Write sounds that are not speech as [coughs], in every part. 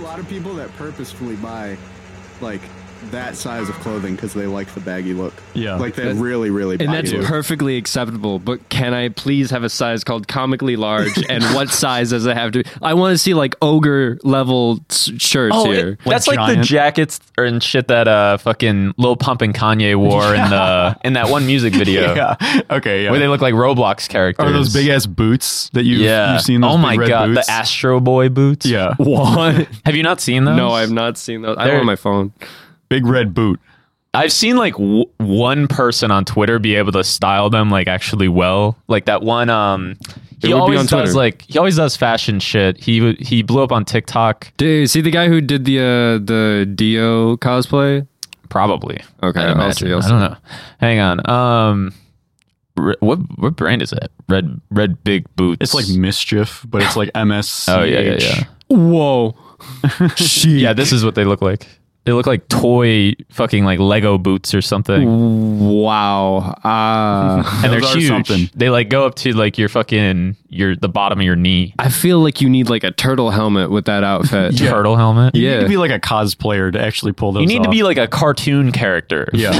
lot of people that purposefully buy like that size of clothing because they like the baggy look. Yeah. Like that That- really, really baggy And that's look. perfectly acceptable, but can I please have a size called comically large? [laughs] and what size does it have to be? I want to see like ogre level s- shirts Oh, it- here. that's Like like the giant. jackets or and shit that uh fucking Lil Pump and Kanye wore in the in that one [laughs] music video yeah. Okay. Yeah. where they look like Roblox characters. Are those big ass boots that you've, yeah. you've seen? Those oh my big red god, boots? the Astro Boy boots. [laughs] Yeah. What? Have you not seen those? No, I've not seen those. I They're- don't have my phone. Big red boot. I've seen like w- one person on Twitter be able to style them like actually well. Like that one um It would he be always on Twitter. does like he always does fashion shit. He w- he blew up on TikTok Dude, see the guy who did the uh, the Dio cosplay? probably. Okay, I'd I'll imagine. see, I'll I don't know. Hang on. Um re- what what brand is that? Red red big boots. It's like mischief, but [laughs] it's like MS. Oh yeah, yeah, yeah. Whoa. Yeah, this is what they look like. They look like toy fucking like Lego boots or something. Wow. [laughs] Uh, And they're Those are huge. something. They like go up to like your fucking your the bottom of your knee. I feel like you need like a turtle helmet with that [laughs] outfit. Turtle helmet. You need Yeah. to be like a cosplayer to actually pull those. You need to off. be like a cartoon character. [laughs] [laughs] Yeah.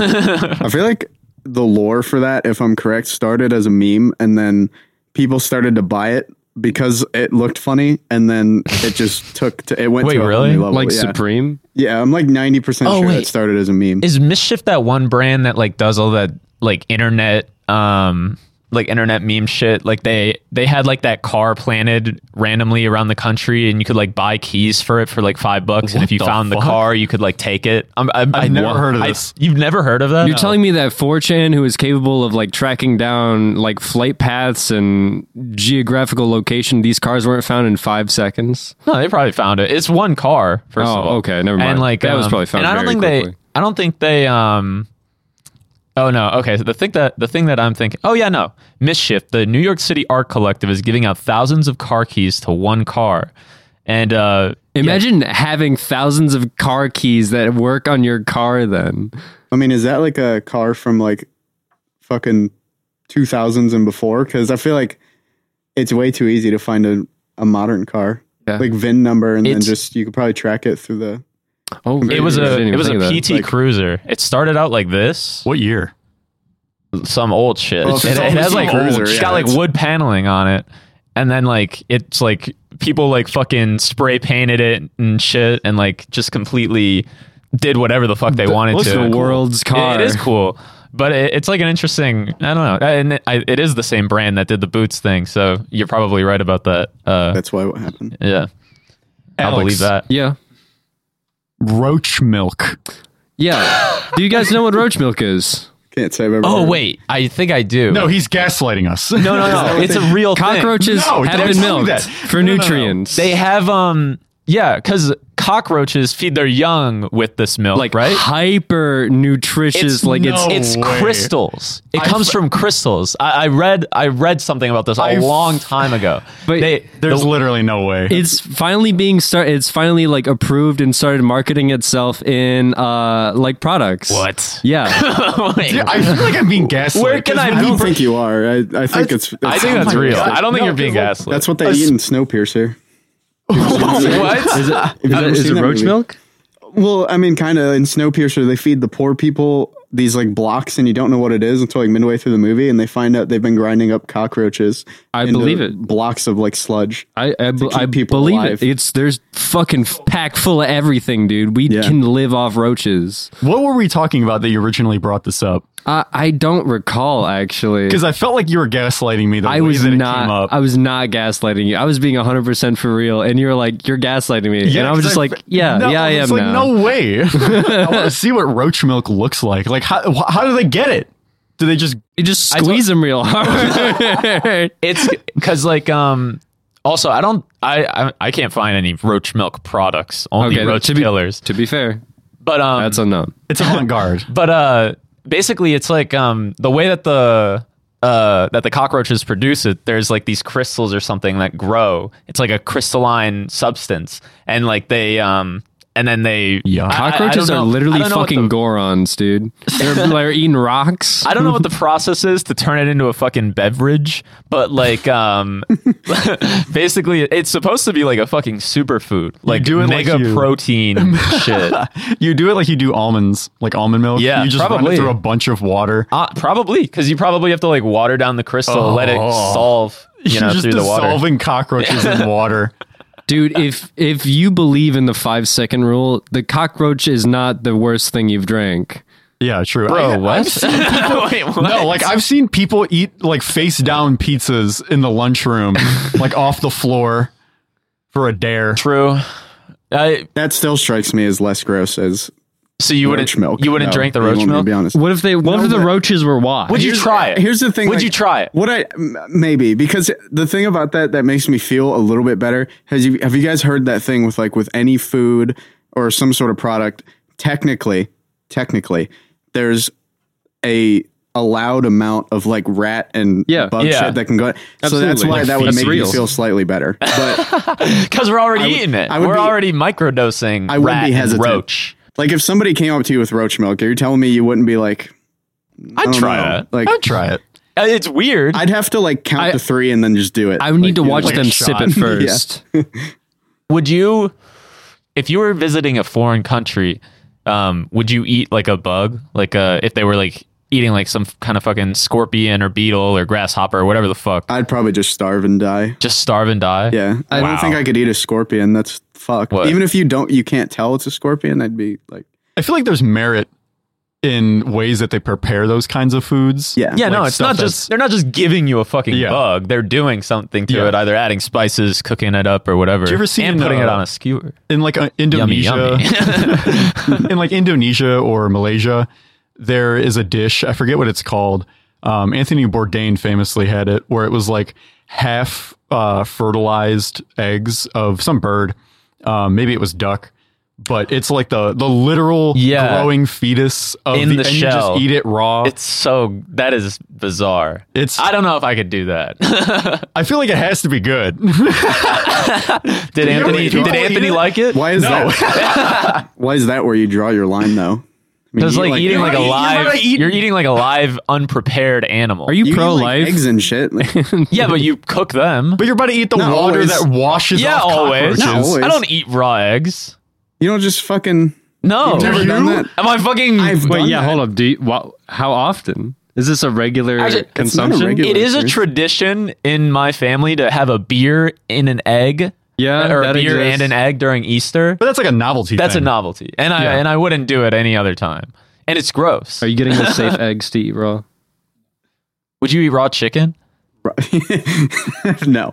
I feel like the lore for that, if I'm correct, started as a meme and then people started to buy it because it looked funny and then it just took to it went Wait, to a whole really? new level. Like yeah. Supreme? yeah, I'm like 90% Oh, sure wait. it started as a meme. Is Mischief that one brand that like does all that like internet um like internet meme shit? Like they they had like that car planted randomly around the country and you could like buy keys for it for like 5 bucks and if you the found fuck? the car you could like take it. I'm, I, I've never heard of this. you've never heard of that? You're telling me that 4chan, who is capable of like tracking down like flight paths and geographical location, these cars weren't found in five seconds. No, they probably found it. It's one car. First Oh, of all. okay, never mind. And like That was um, probably found And I don't very think they. quickly. I don't think they. Um. Oh no. Okay. So the thing that the thing that I'm thinking. Oh yeah. No. Mischief. The New York City Art Collective is giving out thousands of car keys to one car, and uh, Imagine having thousands of car keys that work on your car. Then I mean, is that like a car from like fucking 2000s and before? Because I feel like it's way too easy to find a, a modern car. Yeah. Like VIN number, and It's- then just you could probably track it through the. oh, it was I a didn't even it was a think of that. PT Cruiser. It started out like this. what year? some old shit. Well, if it, it's it only has some like cruiser, it's yeah, got like it's- wood paneling on it, and then like it's like people like fucking spray painted it and shit, and like just completely did whatever the fuck they wanted What's to. the world's It- car? it is cool, but it, it's like an interesting. I don't know, and it, I, it is the same brand that did the boots thing, so you're probably right about that. Uh, That's why what happened. yeah, I'll Alex. believe that. Yeah, Roach milk. yeah. Do you guys know what roach milk is? Can't say I've ever. Oh heard. wait, I think I do. No, he's gaslighting us. no, no, [laughs] no. it's a real thing. Cockroaches No, have don't been do milked that. for No, no, no. nutrients. They have um yeah, because cockroaches feed their young with this milk, like right? hyper nutritious. It's- like it's no. it's way. crystals. It I comes f- from crystals. I, I read I read something about this a I f- long time ago. But they [laughs] There's the- literally no way. it's finally being start. It's finally like approved and started marketing itself in uh like products. [laughs] what? [laughs] Yeah, Wait, Yeah, [laughs] I feel like I'm being gaslighted. Where can 'cause I when I we don't br- think you are. I, I think it's, I think that's real. I don't think you're being gaslit. That's what they eat in [laughs] Snowpiercer. what? Have you ever is seen it that roach movie? milk? Well, I mean, kind of in Snowpiercer, they feed the poor people these like blocks, and you don't know what it is until like midway through the movie, and they find out they've been grinding up cockroaches. I into believe it. Blocks of like sludge. I I, b- keep I people believe alive. it. It's there's fucking f- pack full of everything, dude. We Yeah. can live off roaches. What were we talking about that you originally brought this up? I I don't recall actually. Because I felt like you were gaslighting me. The I way was that it came not. up. I was not gaslighting you. I was being 100 percent for real, and you're like, you're gaslighting me, and I was 'cause just like, yeah, no, yeah, I am it's like, now. No way. [laughs] I want to see what roach milk looks like. Like, how wh- how do they get it? Do they just? You just squeeze them [laughs] real hard. it's because like um also I don't I, I I can't find any roach milk products only Okay, roach to be- killers to be fair, but um that's unknown. It's avant [laughs] garde. but uh basically it's like um the way that the uh, that the cockroaches produce it. There's like these crystals or something that grow. It's like a crystalline substance, and like they um, and then they Yeah. I- I- I don't Cockroaches know- are I literally don't know what fucking the- Gorons, dude. [laughs] They're, they're eating rocks. I [laughs] don't know what the process is to turn it into a fucking beverage, but like, um, [laughs] basically, it's supposed to be like a fucking superfood, like do it like mega you. [laughs] protein shit. You do it like you do almonds, like almond milk. Yeah, you just run probably. it through a bunch of water. Uh, probably because you probably have to like water down the crystal, let it Oh. solve, [laughs] you know, are just through the water. dissolving cockroaches [laughs] in water. Dude, if if you believe in the five second rule, the cockroach is not the worst thing you've drank. Yeah, true. Bro, I- [laughs] what? I've seen- [laughs] Wait, what? no, like I've seen people eat like face down pizzas in the [laughs] lunchroom, like off the floor for a dare. true. I, That still strikes me as less gross as so you roach wouldn't milk. you wouldn't No, drink the you roach want me To milk? be honest. What if they? What if the roaches were washed? Would you Here's- try it? Here's the thing. Would like, you try it? What I m- maybe because the thing about that that makes me feel a little bit better. Has you have you guys heard that thing with like with any food or some sort of product? Technically, technically, there's a allowed amount of like rat and Yeah, bug yeah. shit that can go. So that's Absolutely. why Like that would fecal make real. me feel slightly [laughs] better. But Because we're already I would- eating it. I would We're be- already microdosing. I would rat be and hesitant. Roach. like if somebody came up to you with roach milk, are you telling me you wouldn't be like? I I'd don't try know, it. Like I'd try it. Uh, It's weird. I'd have to like count I- to three and then just do it. I would need to Like, watch like a them sip shot. [laughs] it first. would you if you were visiting a foreign country um would you eat like a bug like uh if they were like eating like some kind of fucking scorpion or beetle or grasshopper or whatever the fuck I'd probably just starve and die. just starve and die Yeah, I Wow. don't think I could eat a scorpion. That's fucked. What? Even if you don't, you can't tell it's a scorpion. I'd be like, I feel like there's merit in ways that they prepare those kinds of foods. yeah, yeah no Like it's stuff not that's- just they're not just giving you a fucking Yeah. bug they're doing something to Yeah. it either adding spices cooking it up or whatever you ever seen, and putting uh, it on a skewer in like uh, yummy Indonesia, [laughs] yummy in like Indonesia or Malaysia, there is a dish. I forget what it's called. Um, Anthony Bourdain famously had it, where it was like half uh, fertilized eggs of some bird. Um, maybe it was duck, but it's like the the literal Yeah. growing fetus of In the and You shell. just eat it raw. it's so that is bizarre It's- i don't know if i could do [laughs] that I feel like it has to be good. did anthony people did eat anthony it? like it why is that? why is that where you draw your line though? I mean, Because you like, eat, eating you like a eat, live, you're already eating, eating- like a live, unprepared animal. Are you, like, pro life? eggs and shit. Like, Yeah, but you cook them. but you're about to eat the Not water always. that washes yeah, off always. cockroaches. Not always. I don't eat raw eggs. you don't just fucking. No. You've never Am done that. I fucking? I've Wait, done yeah, that. hold up. Do you, wha- how often is this a regular Actually, it's not a consumption? regular- it is a Like, tradition in my family to have a beer in an egg. Yeah, or a that beer exists. and an egg during Easter. But that's like a novelty. That's a thing. novelty, and I Yeah. and I wouldn't do it any other time. And it's gross. Are you getting the [laughs] safe eggs to eat raw? Would you eat raw chicken? [laughs] no,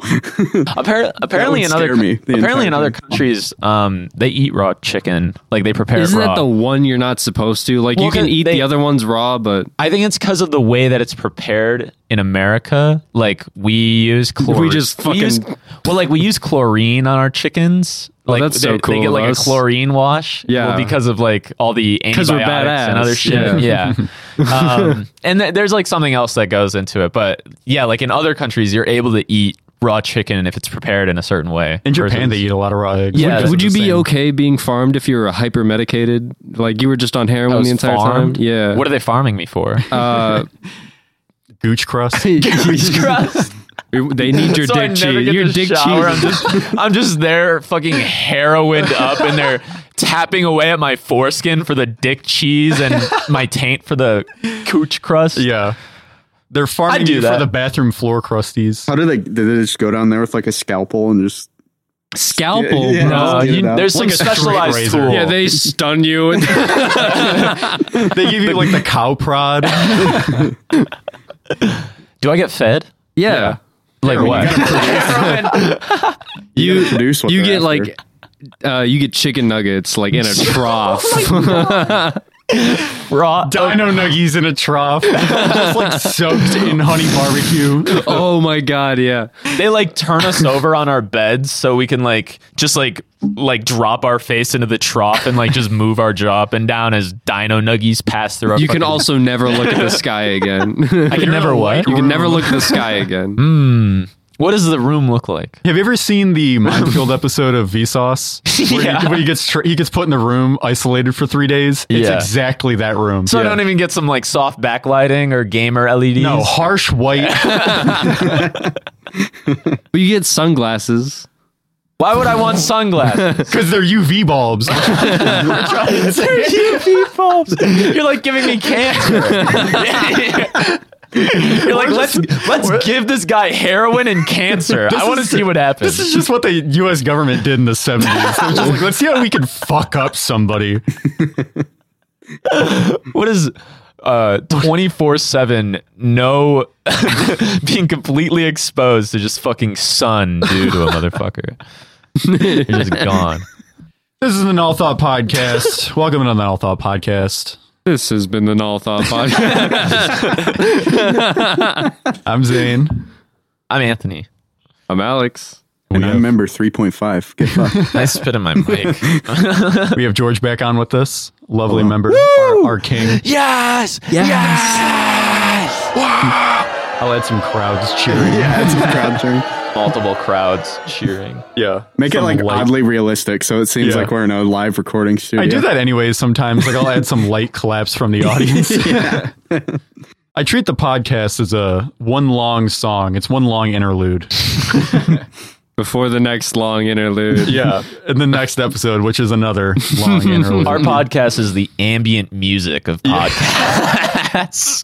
Apparently, apparently in other scare me the entire apparently in other time. countries, um, they eat raw chicken. Like they prepare Isn't it raw. that the one you're not supposed to? Like Well, you can they- eat they- the other ones raw, but I think it's because of the way that it's prepared in America. Like we use chlorine. We just fucking- Oh, use- well, like we use chlorine on our chickens. Like that's they, so They cool get of like us. a chlorine wash. Yeah. well, because of like all the antibiotics we're and badass. other shit. Yeah. [laughs] um, and th- there's like something else that goes into it, but yeah, like in other countries, you're able to eat raw chicken if it's prepared in a certain way. In Japan, Versus- they eat a lot of raw eggs. Yeah, would, that's would you be okay? okay being farmed if you were hyper medicated? Like you were just on heroin I was the entire farmed? time? Yeah. [laughs] What [laughs] are they farming me for? [laughs] uh, [laughs] gooch crust. they need your So I dick never cheese. get Your to dick cheese. shower. I'm [laughs] just, I'm just there fucking heroined up and they're tapping away at my foreskin for the dick cheese and my taint for the cooch crust. yeah. They're farming I'd do you that. for the bathroom floor crusties. [laughs] how do they? Did they just go down there with like a scalpel and just? Scalpel, Yeah, bro. Uh, Let's get you- it out. there's some Like a straight specialized razor. tool. Yeah, they stun you. They [laughs] give you like the cow [laughs] prod. Do I get fed? yeah. Like what? You, gotta produce what you they're get after. like uh, you get chicken nuggets like [laughs] in a trough. Raw. Dino nuggies in a trough. Just [laughs] like soaked in honey barbecue. oh my god, yeah. They like turn us over on our beds so we can like just like like drop our face into the trough and like just move our jaw up and down as dino nuggies pass through. Our You can fucking- also never look at the sky again. [laughs] I can never what? [laughs] Mm. you can never look at the sky again. What does the room look like? Have you ever seen the [laughs] minefield episode of Vsauce? Where he, Yeah. where he gets tr he gets put in the room isolated for three days. It's Yeah. exactly that room. So I don't even get some like soft backlighting or gamer E LEDs. no harsh white. But you get sunglasses. Why would I want sunglasses? [laughs] Because they're UV bulbs. You're like giving me cancer. [laughs] You're like let's let's give this guy heroin and cancer. [laughs] I want to is- see what happens. this is just what the U.S. government did in the 70s. They're just like, let's see how we can fuck up somebody. what is uh 24/7 no [laughs] being completely exposed to just fucking sun due to a [laughs] motherfucker. You're just gone. This is an All Thought podcast. Welcome to the All Thought podcast. This has been the Null Thought Podcast. [laughs] I'm Zane. I'm Anthony. I'm Alex. And I remember 3.5. Get fucked. [laughs] I spit in my mic. We have George back on with us. Lovely member, our, our king. [laughs] Yes. I'll add some crowds [laughs] cheering. yeah, it's a crowd turn. Multiple crowds cheering. Yeah. Make Some it like light- oddly realistic, so it seems Yeah. like we're in a live recording studio. I do that anyways sometimes. Like I'll add some light collapse from the audience. I treat the podcast as a one long song. It's one long interlude. Before the next long interlude. Yeah. In the next episode, which is another [laughs] long interlude. Our podcast is the ambient music of podcasts.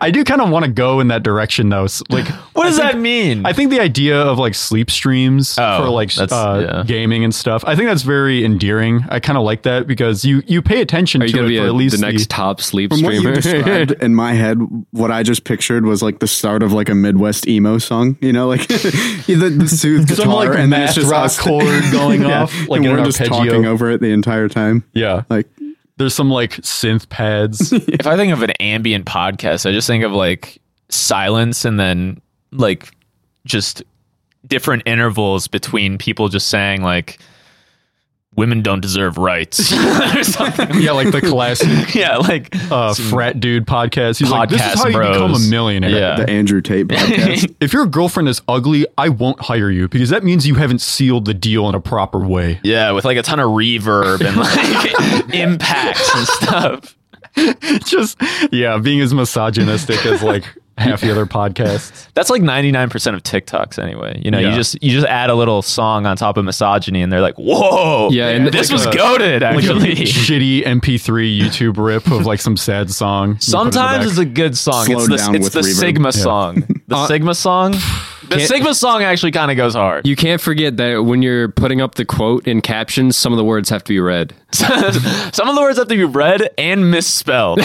I do kind of want to go in that direction though. S- Like [laughs] what does that mean? I think the idea of like sleep streams Oh, for like s- that's- uh, yeah. gaming and stuff. I think that's very endearing. I kind of like that because you you pay attention Are you to going to it be for a, at least the the- next top sleep From what you streamer? described in my head, what I just pictured was like the start of like a Midwest emo song, you know, like [laughs] the, the soothed guitar, Some, like, and then it's math just rock us- [laughs] chord going off, like and in we're an just arpeggio. talking over it the entire time. yeah. Like, There's some like synth pads. if I think of an ambient podcast, I just think of like silence and then like just different intervals between people just saying like women don't deserve rights or something. yeah, like the classic [laughs] yeah, like uh, frat dude podcast. He's like, this is Podcast how you become bros. a millionaire. Yeah. the Andrew [laughs] Tate podcast. If your girlfriend is ugly, I won't hire you because that means you haven't sealed the deal in a proper way. [laughs] yeah, with like a ton of reverb and like [laughs] impacts and stuff. Just yeah, being as misogynistic as [laughs] like half the other podcasts. That's like 99% of TikToks anyway. You know, you Yeah. just you just add a little song on top of misogyny and they're like, "Whoa." Yeah, and this like was a- goaded Like a [laughs] actually. shitty MP3 YouTube rip of like some sad song. You put Sometimes it in it's the a good song. Slowed it's down the, it's with the reverb. Sigma song. The Uh, Sigma song. The Sigma song actually kind of goes [laughs] hard. You can't forget that when you're putting up the quote in captions, some of the words have to be read. [laughs] Some of the words have to be read [laughs] and misspelled.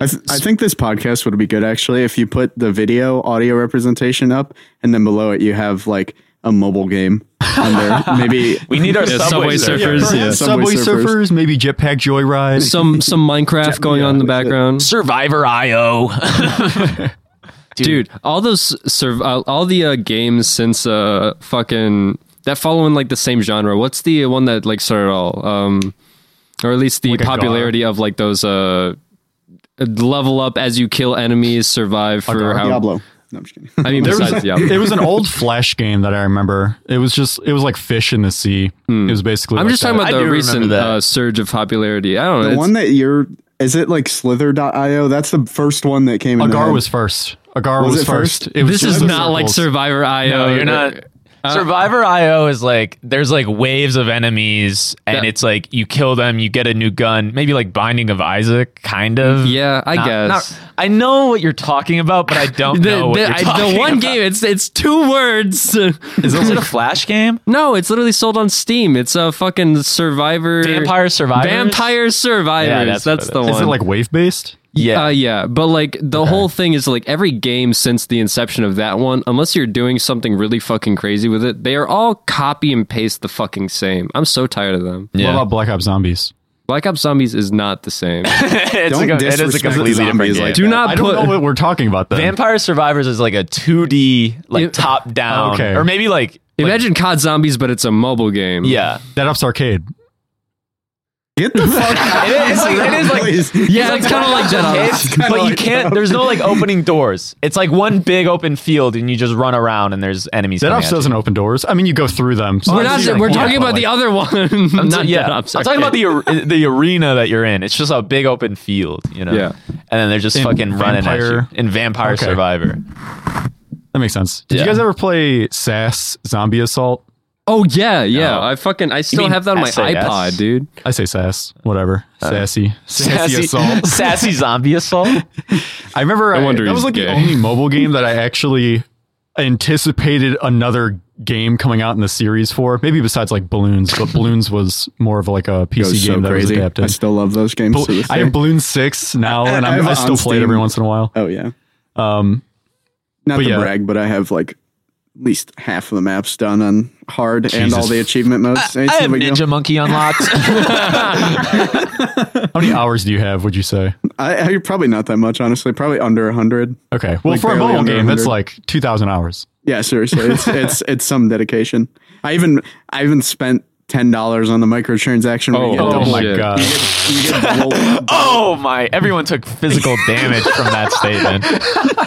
I, th- I think this podcast would be good actually if you put the video audio representation up, and then below it you have like a mobile game on [laughs] there. Maybe We need our Subway subway, surfer. Surfers. back. Yeah. Subway, surfers, maybe Jetpack Joyride. Some some Minecraft going on in the background. Survivor IO. dude all those serv- uh, all the uh, games since uh fucking that follow in like the same genre what's the one that like started all um or at least the a popularity of like those uh level up as you kill enemies survive for how Diablo. No, I'm just kidding. [laughs] i mean besides Diablo. [laughs] it was an old Flash game that I remember. It was just it was like fish in the sea. It was basically. Hmm. i'm like just that. talking about I do the remember recent that. uh, surge of popularity i don't know The it's- one that you're is it like slither.io? That's the first one that came in. my Agar head. was first. Agar Was was, it first. first? It was this just is the not like circles. survivor io No, you're not. uh, Survivor IO is like there's like waves of enemies, and That- it's like you kill them, you get a new gun, maybe like Binding of Isaac, kind of. yeah i Not- guess not- I know what you're talking about, but I don't [laughs] the, know what the- you're I- the talking one about. game it's it's two words [laughs] Is it a Flash game? [laughs] No, it's literally sold on Steam. It's a fucking Survivor. Vampire Survivors? Vampire Survivors. Yeah, that's that's what it the is. one. Is it like wave based? Yeah. Uh, yeah, but like the whole thing is like every game since the inception of that one, unless you're doing something really fucking crazy with it, they are all copy and paste the fucking same. I'm so tired of them. What about Black Ops Zombies? Black Ops Zombies is not [laughs] the same. it's Don't a, it is a disrespect completely different zombies game. like Do that. not I put. don't know what we're talking about. Then Vampire Survivors is like a 2D, like It- top down, Okay. or maybe like, like [laughs] imagine COD Zombies, but it's a mobile game. yeah, Dead Ops Arcade. Get the fuck out. It is, like, it is [laughs] like Please. Yeah, it's kind of like Jedi. It's, kinda but you like can't. There's no like opening doors. It's like one big open field, and you just run around, and there's enemies. Dead coming Ops at you. doesn't open doors. I mean, you go through them. So We're that's not. your We're point, talking but, about like, the other [laughs] one. I'm So, not yeah, Jedi. I'm talking about the ar- the arena that you're in. It's just a big open field, you know. Yeah. and then they're just In fucking running at you Vampire- in Vampire Okay. Survivor. That makes sense. Did Yeah. you guys ever play SAS Zombie Assault? Oh yeah, yeah. No. I fucking I still mean have that on my SAS? iPod, dude. I say SAS. Whatever. Sassy. Sassy Assault. [laughs] sassy zombie assault. I remember I, wonder that was he's like the gay. only mobile game that I actually anticipated another game coming out in the series for. Maybe besides like Balloons, but Balloons was more of like a PC Goes so game that was crazy. I adapted. still love those games. Bal- to this I day. [laughs] have Balloon Six now, and I have I'm, I it still on play it every Steam. once in a while. oh yeah. Um, Not But to yeah. brag, but I have like at least half of the maps done on hard and Jesus. all the achievement modes. I It's no have big deal. Ninja [laughs] Monkey unlocked. how many hours do you have? Would you say? I, I probably not that much, honestly. Probably under hundred. Okay, well, Like for a barely mobile under game, that's 100. like two thousand hours. Yeah, seriously, [laughs] it's it's it's some dedication. I even I even spent ten dollars on the microtransaction. where you get Oh, Oh double- my shit. god! you get [laughs] double- oh my! Everyone took physical damage [laughs] from that statement.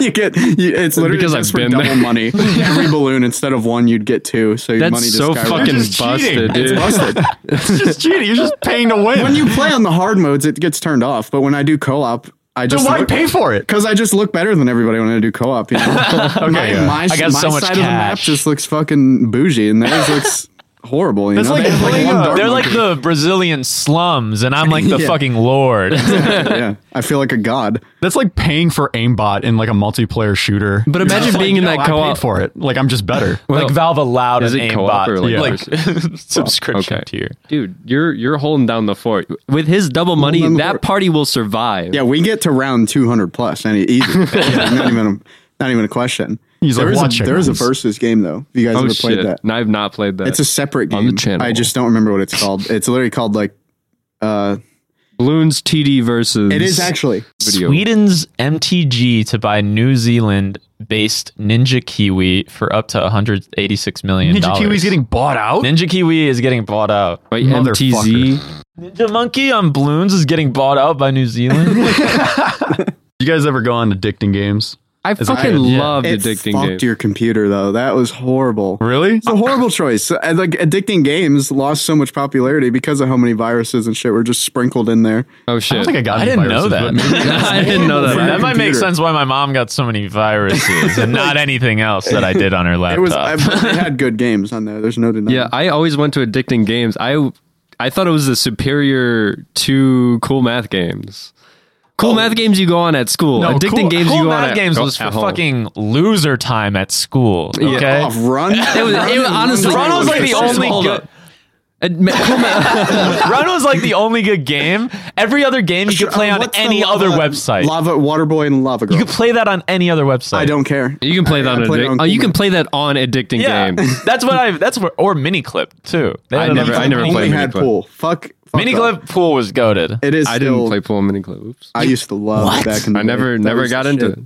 [laughs] you get you, it's literally Because just I've for been double [laughs] there. money. Every balloon instead of one, you'd get two. So your money That's just so skyrocketed. [laughs] fucking just cheating. busted, It's dude. busted. it's just cheating. You're just paying to win. when [laughs] you play on the hard modes, it gets turned off. But when I do co-op, I so just why look- pay for it? Because I just look better than everybody when I do co-op. You know? okay, my, yeah. my, I got my so much side of the map cash. just looks fucking bougie, and theirs looks horrible. You That's know, like They have, playing, one uh, dark They're mode. like the Brazilian slums, and I'm like [laughs] the Yeah. fucking lord. yeah, I feel like a god. That's like paying for aimbot in like a multiplayer shooter. But You're imagine just like, being in "No, that I paid co-op." for it. Like I'm just better. like Valve allowed Is an it co-op or aimbot like, Yeah. like, [laughs] subscription okay. tier. Dude, you're you're holding down the fort. With his double money, down the that fort. party will survive. Yeah, we get to round two hundred plus, any easy. Yeah, not even a, not even a question. He's there like, is "Watch a, it, there is a guys." versus game though. If you guys Oh ever played shit. that? No, I've not played that. It's a separate game. On the channel. I just don't remember what it's called. It's literally called like. Uh, balloons TD versus. it is actually. video. Sweden's MTG to buy New Zealand based Ninja Kiwi for up to 186 million. Ninja Kiwi's getting bought out. Ninja Kiwi is getting bought out. By Motherfucker. MTZ. Ninja Monkey on Balloons is getting bought out by New Zealand. You guys ever go on addicting games? I a fucking kid, yeah. loved It addicting fucked games. your computer though. That was horrible. Really? It's a horrible choice. And, Like addicting games lost so much popularity because of how many viruses and shit were just sprinkled in there. oh shit! I don't think I got. [laughs] I any didn't know viruses, that. but [laughs] maybe- I didn't know that. For your that might make computer. sense why my mom got so many viruses and not anything else that I did on [laughs] her laptop. It Uh. was. I, they had good games on there. There's no denying. Yeah, I always went to addicting games. I I thought it was the superior to cool math games. Cool math games you go on at school. No, addicting cool- games you Oh. Cool go on math at, games go- was for at home. fucking loser time at school. Okay, off Oh, run. It [laughs] was, it was honestly. Run [laughs] was like the Hold only up. good- Ad- ma- cool math- Run was like the only good game. Every other game you could play on Uh, What's the any lava- other website. Lava Waterboy and Lava Girl. You could play that on any other website. I don't care. you can play that. I [laughs] On played it addic- on oh, you Cool can Math. play that on addicting [laughs] Yeah, games. [laughs] that's what I. That's what or miniclip too. They I had never- a- I never only played had Miniclip. pool. Fuck. fuck off. miniclip pool was goaded. It is. I didn't still- play pool mini club. Oops. I used to love What? back in the I never day. That never was got the into shit.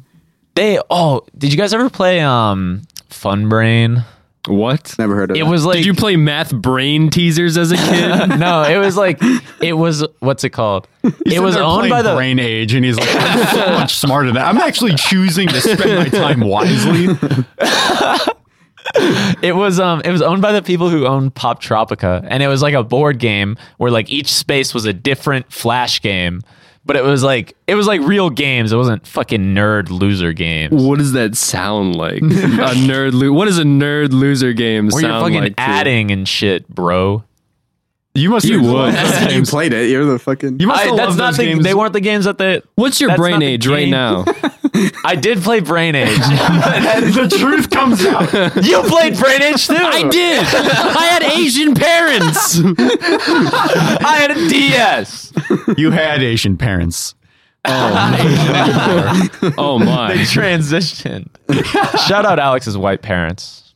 They oh, did you guys ever play um Fun Brain? it. What? Never heard of It was like Did you [laughs] play math brain teasers as a kid? no, it was like it was what's it called? It was They're owned playing by the brain age, and he's like, I'm so much smarter than I'm actually choosing to spend my time wisely. It was um it was owned by the people who owned Pop Tropica and it was like a board game where like each space was a different flash game. But it was like it was like real games. It wasn't fucking nerd loser games. what does that [laughs] sound like? a nerd. Lo- what is a nerd loser game Where sound you're fucking like? to- adding and shit, bro. You must. You have would. loved those You games. played it. You're the fucking. You must I, have that's loved not those the, games. they weren't the games that they What's your That's not brain the age right game. [laughs] now? I did play [laughs] Brain [laughs] Age. the truth comes out. you played Brain Age too. I did. I had Asian [laughs] parents. I had a DS. You had Asian parents. Oh my. Transitioned. Shout out Alex's white parents.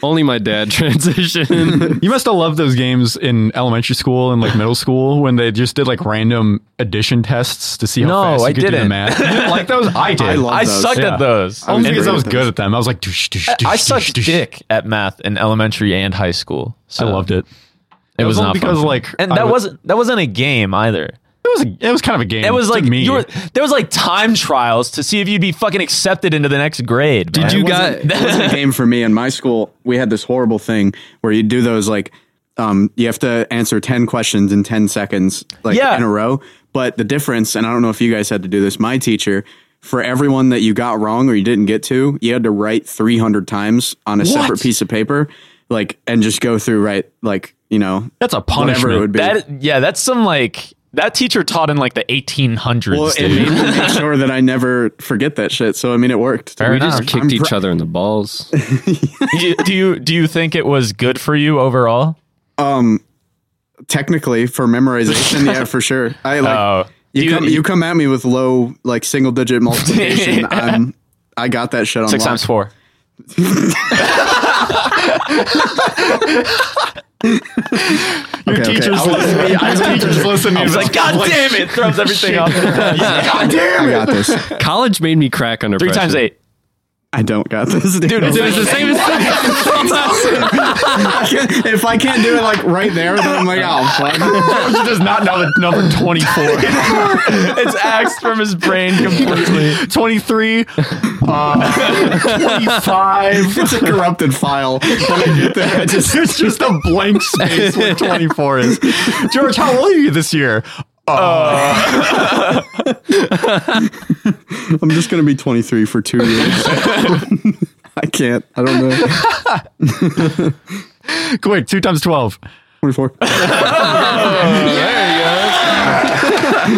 Only my dad [laughs] transitioned. You must have loved those games in elementary school and like middle school when they just did like random addition tests to see how No, fast you I could do didn't. the math. You didn't like those? I did. I love I those. sucked yeah. at those. Only because I great was at good those. at them. I was like, doosh, doosh, doosh, I doosh, sucked doosh. dick at math in elementary and high school. I So loved it. It was only not because fun. like and I that w- wasn't that wasn't a game either. it was a, it was kind of a game. It was to like me. you were, there was like time trials to see if you'd be fucking accepted into the next grade. man. Did you got [laughs] wasn't- it wasn't a game for me in my school we had this horrible thing where you do those like um you have to answer 10 questions in 10 seconds like Yeah. in a row but the difference and i don't know if you guys had to do this my teacher for everyone that you got wrong or you didn't get to you had to write 300 times on a separate piece of paper like and just go through right like you know That's a whatever it punishment. would be that? Yeah, that's some like that teacher taught in like the 1800s. well, it [laughs] dude. made me make sure that I never forget that shit. So I mean, it worked. we enough. just kicked I'm each pr- other in the balls. [laughs] do, you, do you do you think it was good for you overall? Technically, for memorization, yeah, for sure. I like Oh, You, Do come, you come at me with low like single digit multiplication. I'm, I got that shit on six times four. Your teachers [laughs] listening. Your teachers listening. It's like God damn it! Throws everything [laughs] off. God damn it! I got this. College made me crack under Three pressure. times eight. I don't got this, dude. if I can't do it like right there, then I'm like, oh fuck. [laughs] He does not know the number 24. [laughs] It's axed from his brain completely. 23, uh, [laughs] 25. It's a corrupted file. When I get there, I just- It's just, just a blank space where 24 is. George, how old are you this year? [laughs] I'm just gonna be 23 for two years. [laughs] I can't. I don't [laughs] know. Wait, 2 times 12. 24.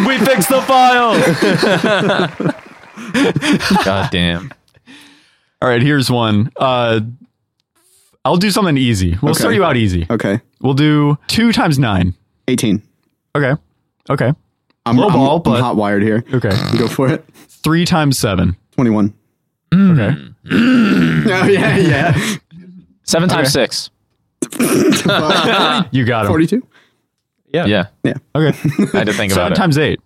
we fixed the file. God damn. All right, here's one. Uh, I'll do something easy. We'll Okay. start you out easy. Okay. We'll do 2 times 9. 18. Okay. Okay. I'm, Low I'm, ball, I'm but- hot wired here. Okay. Go for it. 3 times 7. 21. Okay. [laughs] Oh yeah, yeah. Seven times six. You got him. 42. Yeah. Yeah. Okay. I had to think 7 about it. times 8.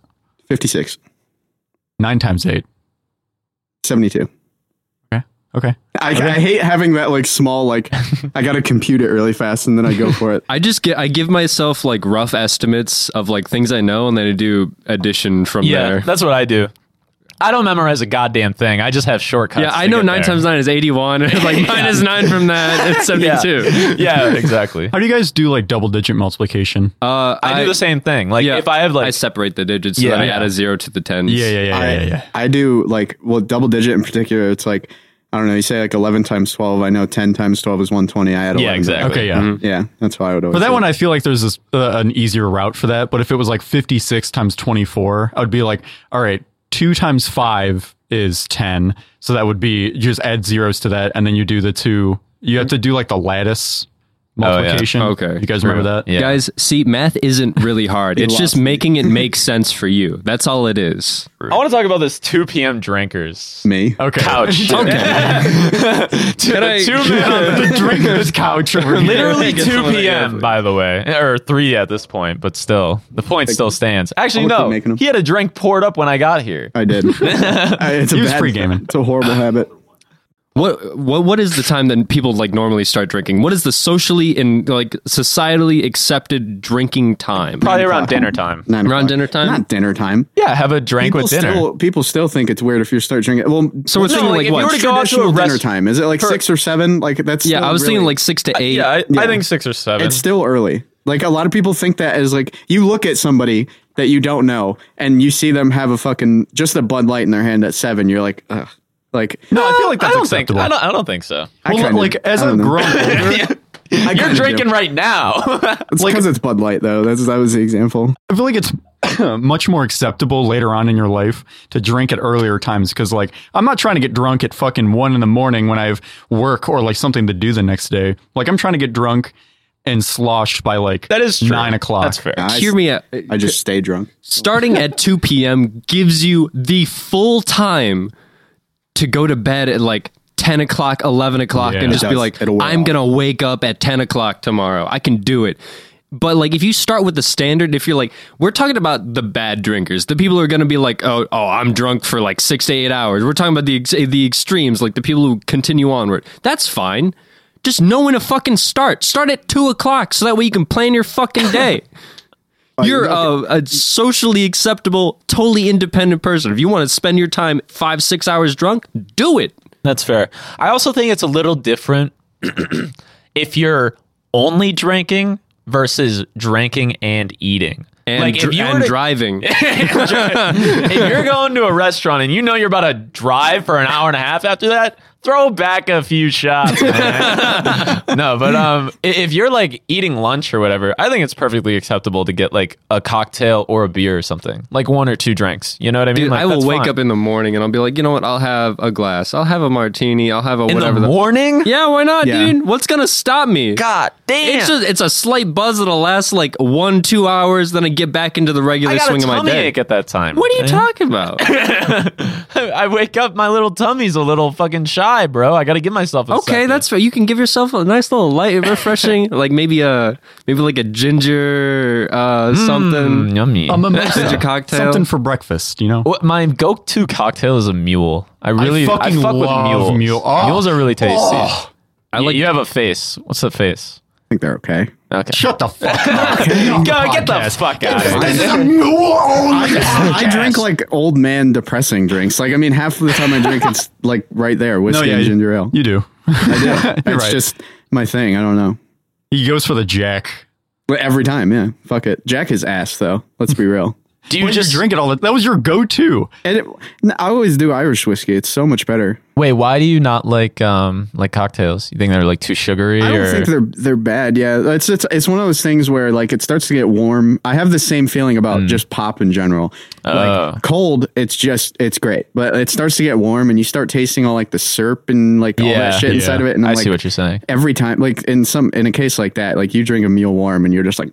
56. 9 times 8. 72. Okay. Okay. I, I hate having that like small like I gotta compute it really fast and then I go [laughs] for it. [laughs] I just get I give myself like rough estimates of like things I know, and then I do addition from Yeah, there. that's what I do. I don't memorize a goddamn thing. I just have shortcuts. Yeah, I to know get nine there. times nine is eighty-one, [laughs] and like minus nine from that, it's seventy-two. [laughs] Yeah, exactly. How do you guys do like double digit multiplication? Uh, I, do the same thing. Like if I have like I separate the digits, so Yeah, then I yeah. add a zero to the tens. I, I do like well double digit in particular. It's like I don't know. You say like eleven times twelve. I know ten times twelve is one twenty. I had Yeah, 11. exactly. Okay, yeah. Yeah, that's why I would always. For that do one, I feel like there's this, uh, an easier route for that. But if it was like 56 times 24, I would be like, all right, two times five is 10. So that would be you just add zeros to that. And then you do the two. You have to do like the lattice Oh, multiplication. Okay. You guys remember that? Yeah. Guys, see, math isn't [laughs] really hard. it's just lost me. making it make sense for you. That's all it is. I want to talk about this 2 p.m. drinkers me. Okay. [laughs] couch. okay. [laughs] two, I- two [laughs] men on the- [laughs] the drinkers couch over [laughs] here. literally Get 2 somebody p.m. else. by the way, or 3 at this point, but still, the point still stands. Actually, I'll keep no, making 'em. he had a drink poured up when I got here. I [laughs] did. I, it's a He was bad- pre-gaming. It's a horrible habit. What what what is the time that people like normally start drinking? What is the socially and like societally accepted drinking time? Probably Nine around o'clock. dinner time. Nine Around o'clock. dinner time? Not dinner time. Yeah, have a drink People with dinner. still people still think it's weird if you start drinking. Well, So we're what's thinking like, like, if you what? were to go out to a traditional dinner rest- time? Is it like for- six or seven? Like that's yeah, still I was thinking really- like six to eight. yeah, I, Yeah. I think six or seven. It's still early. Like a lot of people think that is like you look at somebody that you don't know and you see them have a fucking just a Bud Light in their hand at seven. You're like, ugh. Like No, I feel like that's I don't acceptable. Think, I, don't, I don't think so. I well, kinda- like as I don't I've know. [laughs] grown older, I You're kinda do. drinking right now. [laughs] It's because it's Bud Light though. That's that was the example. I feel like it's [coughs] much more acceptable later on in your life to drink at earlier times because, like, I'm not trying to get drunk at fucking one in the morning when I have work or like something to do the next day. Like, I'm trying to get drunk and sloshed by like That is true. nine o'clock. That's fair. I, Hear me out. I just stay drunk. Starting at 2 p.m. gives you the full time to go to bed at like 10 o'clock, 11 o'clock, Yeah. and just It be does. like, It'll wear I'm off. going to wake up at 10 o'clock tomorrow. I can do it. But like, if you start with the standard, if you're like, we're talking about the bad drinkers, the people who are going to be like, oh, oh, I'm drunk for like six to eight hours. We're talking about the ex- the extremes, like the people who continue onward. That's fine. Just know when to fucking start. Start at two o'clock so that way you can plan your fucking day. You're a, a socially acceptable, totally independent person. If you want to spend your time five, six hours drunk, do it. That's fair. I also think it's a little different [clears throat] if you're only drinking versus drinking and eating. And, dr- you were and to- driving. if you're going to a restaurant and you know you're about to drive for an hour and a half after that, throw back a few shots. man. [laughs] no, but um, i- if you're like eating lunch or whatever, I think it's perfectly acceptable to get like a cocktail or a beer or something, like one or two drinks. You know what I mean? Dude, Like, I will that's wake fine. up in the morning and I'll be like, you know what? I'll have a glass. I'll have a martini. I'll have a in whatever. the morning. yeah, why not, Yeah. dude? What's gonna stop me? God damn! It's just it's a slight buzz that'll last like one two hours. Then I get back into the regular I got swing a of my tummy day. ache at that time. What are [laughs] you talking about? I wake up, my little tummy's a little fucking shy, bro. I got to give myself a okay, second. that's fair. You can give yourself a nice little [laughs] light, refreshing, like maybe a maybe like a ginger uh, something. [laughs] Mm, yummy. A mimosa. Ginger cocktail. Something for breakfast, you know? What my go-to cocktail is a mule. I really fucking fuck love with mules. mule. Oh. Mules are really tasty. Oh. I like. You have a face. What's the face? I think they're okay. Okay. Shut the fuck up. Go get the fuck out of here. This is a mule only I podcast. drink like old man depressing drinks. Like I mean, half of the time I drink it's like right there whiskey and ginger ale. Oh, You do. It's right. just my thing. I don't know. He goes for the jack. But every time, yeah, fuck it. Jack is ass though. Let's be real. [laughs] Do You you just just drink it all. The, that was your go-to. And it, I always do Irish whiskey. It's so much better. wait? Why do you not like um like cocktails? You think they're like too sugary? I or don't think they're they're bad. Yeah, it's it's it's one of those things where like it starts to get warm. I have the same feeling about just pop in general. Mm. Oh. Like cold, it's just it's great, but it starts to get warm and you start tasting all like the syrup and like all Yeah, that shit yeah. inside of it. And I I'm see like, what you're saying. every time, like in some in a case like that, like you drink a meal warm and you're just like,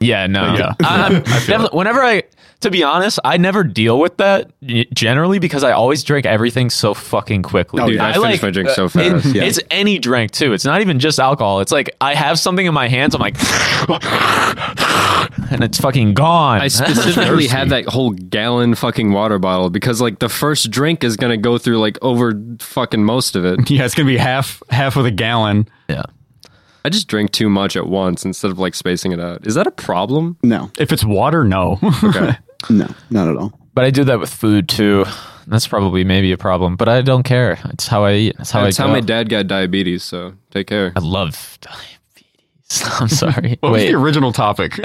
Yeah, no. Yeah. [laughs] I- I'm definitely, whenever I, to be honest, I never deal with that y- generally because I always drink everything so fucking quickly. Oh, dude, I finish my drink so uh, fast, it- yeah. It's any drink too. It's not even just alcohol. It's like I have something in my hands. I'm like, [laughs] and it's fucking gone. I specifically had that whole gallon fucking water bottle because like the first drink is gonna go through like over fucking most of it. Yeah, it's gonna be half half with a gallon. yeah. I just drink too much at once instead of like spacing it out. Is that a problem? no, If it's water, no. Okay. [laughs] no, not at all. But I do that with food too. That's probably maybe a problem, but I don't care. It's how I eat. It's how That's I. how go. my dad got diabetes, so take care. I love [laughs] diabetes. [laughs] I'm sorry. What was wait, the original topic?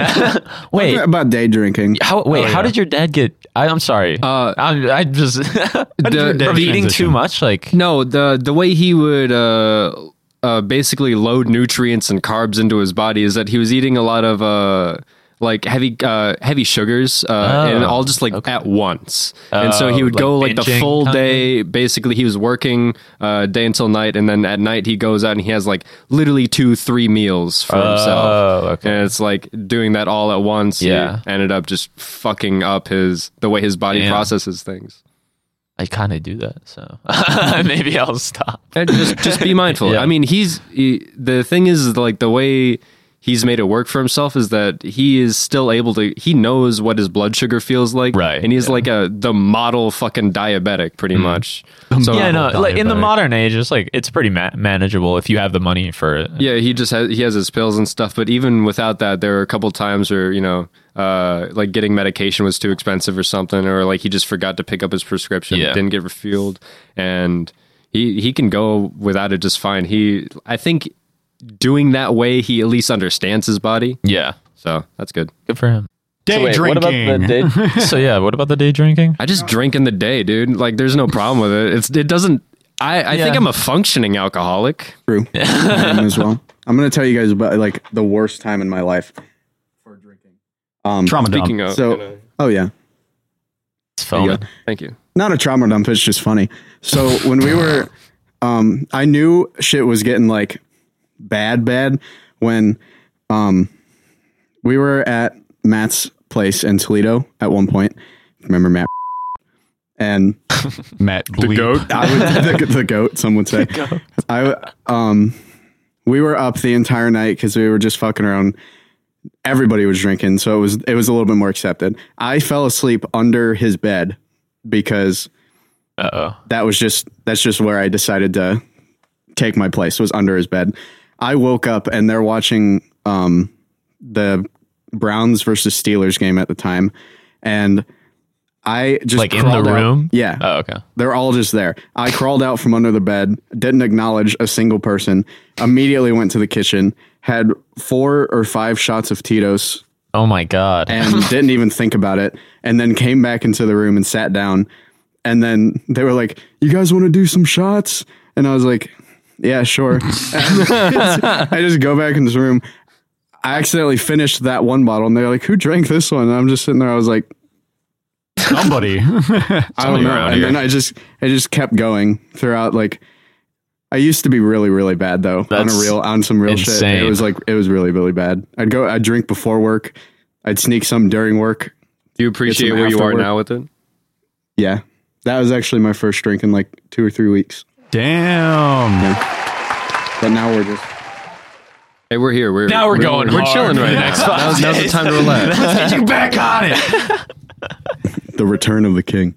wait. About day drinking, How wait? how yeah. did your dad get? I, I'm sorry. Uh, I'm, I just [laughs] your dad from eating transition? too much. Like No, the the way he would uh, uh, basically load nutrients and carbs into his body is that he was eating a lot of uh, like heavy uh, heavy sugars uh, and all just like at once. and so he would Oh, like go like the binging full kinda? day. Basically, he was working uh, day until night, and then at night he goes out and he has like literally two three meals for himself. Oh, okay. And it's like doing that all at once. he Yeah. ended up just fucking up his the way his body Damn. processes things. I kind of do that, so [laughs] maybe I'll stop. And Uh, just just [laughs] be mindful. Yeah. I mean, he's he, the thing is like the way he's made it work for himself is that he is still able to. He knows what his blood sugar feels like, Right, And he's like a the model fucking diabetic, pretty much. So yeah, no. Like in the diabetic. modern age, it's like it's pretty ma- manageable if you have the money for it. yeah, he just has he has his pills and stuff. But even without that, there are a couple times where you know. Uh, like getting medication was too expensive or something, or like he just forgot to pick up his prescription, Yeah. didn't get refueled, and he he can go without it just fine. He I think doing that way, he at least understands his body. Yeah. So that's good. Good [laughs] for him. Day drinking. [laughs] so yeah, what about the day drinking? I just drink in the day, dude. Like there's no problem with it. It's it doesn't. I I think Yeah. I'm a functioning alcoholic. true I am as well. I'm gonna tell you guys about like the worst time in my life for drinking. Um, Trauma dump. Speaking of, So, oh yeah, It's foaming. thank you. not a trauma dump. It's just funny. So when we were, um, I knew shit was getting like bad, bad when, um, we were at Matt's place in Toledo at one point. Remember Matt? And Matt Bleep. I [laughs] would, the, the goat, some would say. I w- um, we were up the entire night because we were just fucking around. Everybody was drinking, so it was it was a little bit more accepted. I fell asleep under his bed because Uh oh. that was just that's just where I decided to take my place was under his bed. I woke up and they're watching um, the Browns versus Steelers game at the time, and I just Like in crawled the out- room? Yeah, Oh, okay. they're all just there. I crawled out from under the bed, didn't acknowledge a single person. Immediately went to the kitchen, had four or five shots of Tito's, Oh my god. and didn't even think about it. And then came back into the room and sat down. And then they were like, "You guys want to do some shots?" And I was like, "Yeah, sure." [laughs] I just go back in this room. I accidentally finished that one bottle, and they're like, "Who drank this one?" And I'm just sitting there. I was like, Somebody. [laughs] I don't know. And then I just I just kept going throughout like I used to be really, really bad though. on a That's real on some real shit. insane. It was like it was really, really bad. I'd go I'd drink before work. I'd sneak some during work. Do you appreciate Get some where you are afterward. now with it? Yeah. That was actually my first drink in like two or three weeks. Damn. But now we're just Hey, we're here. We're Now we're going We're hard. chilling right Yeah. now. [laughs] Now's, now's the time to relax. Let's get you back on it. the return of the king.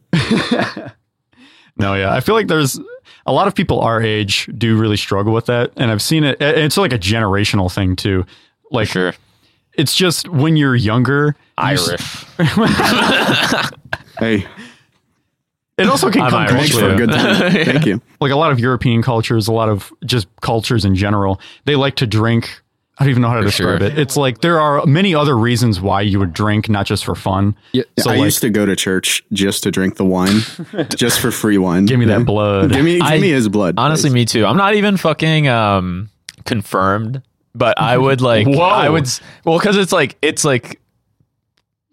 No, yeah. I feel like there's a lot of people our age do really struggle with that. And I've seen it. and It's like a generational thing, too. Like, sure. it's just when you're younger, you s- Irish. [laughs] Hey, It also can I'm come Irish, thanks culturally. for a good time. [laughs] Thank you. like a lot of European cultures, a lot of just cultures in general, they like to drink. I don't even know how to describe sure. it. It's like there are many other reasons why you would drink, not just for fun. Yeah. So I like, used to go to church just to drink the wine. [laughs] just for free wine. give me that blood. [laughs] Give me give I- me his blood. Honestly, please. me too. I'm not even fucking um confirmed, but [laughs] I would like. Whoa. I would. s- Well, because it's like it's like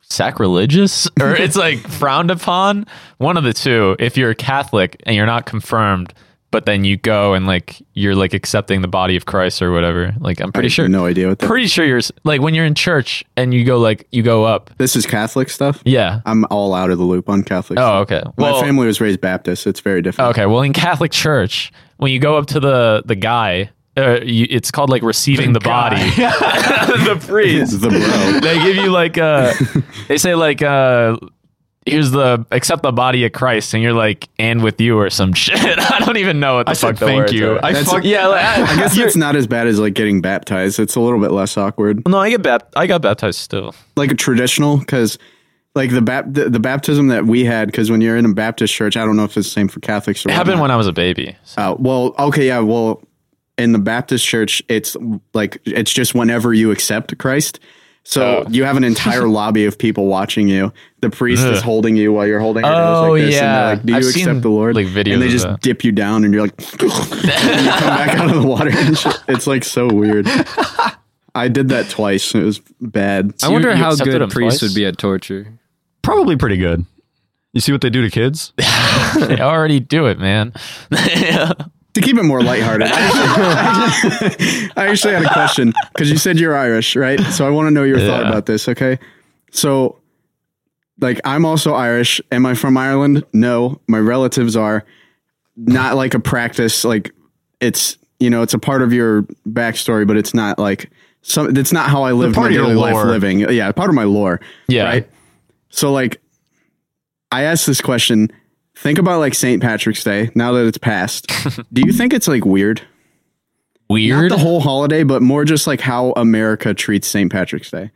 sacrilegious [laughs] or it's like frowned upon. One of the two. If you're a Catholic and you're not confirmed, but then you go and like you're like accepting the body of Christ or whatever. Like I'm I pretty have sure. No idea what that Pretty sure you're s- like when you're in church and you go like you go up. This is Catholic stuff? Yeah. I'm all out of the loop on Catholic. Oh, okay. My Well, family was raised Baptist. It's very different. Okay, well, in Catholic Church, when you go up to the the guy, uh, you, it's called like receiving the, body. [laughs] the [laughs] priest. The bro. They give you like uh they say like uh here's the accept the body of Christ, and you're like and with you or some [laughs] shit. I don't even know what the I fuck said the thank words you. are. I That's- fuck, yeah, [laughs] like, I, I guess it's not as bad as like getting baptized. It's a little bit less awkward, no, I get bapt- I got baptized still. like a traditional, because like the bap- the, the baptism that we had. Because when you're in a Baptist church, I don't know if it's the same for Catholics. Or It happened when I was a baby. So. Uh, well, okay, yeah. Well, in the Baptist church, it's like it's just whenever you accept Christ. So Oh. you have an [laughs] entire lobby of people watching you. The priest is holding you while you're holding her nose Oh, like this, and yeah. they're like, "Do you I've accept seen, the Lord?" like, videos and they of just that. dip you down, and you're like, [laughs] and you come back out of the water. And shit. It's like so weird. [laughs] I did that twice. and It was bad. I wonder you how accepted good him priests twice? would be at torture. probably pretty good. You see what they do to kids? [laughs] they already do it, man. To keep it more lighthearted, I actually, I actually had a question because you said you're Irish, right? So I want to know your thought Yeah. about this, okay? So, like, I'm also Irish. Am I from Ireland? No. My relatives are. Not like a practice. Like, it's, you know, it's a part of your backstory, but it's not like, some, it's not how I live my part of your daily life lore. living. Yeah, part of my lore. Yeah. Right? So, like, I asked this question. Think about like St. Patrick's Day now that it's [laughs] passed. Do you think it's like weird? Weird. The whole holiday, but more just like how America treats St. Patrick's Day.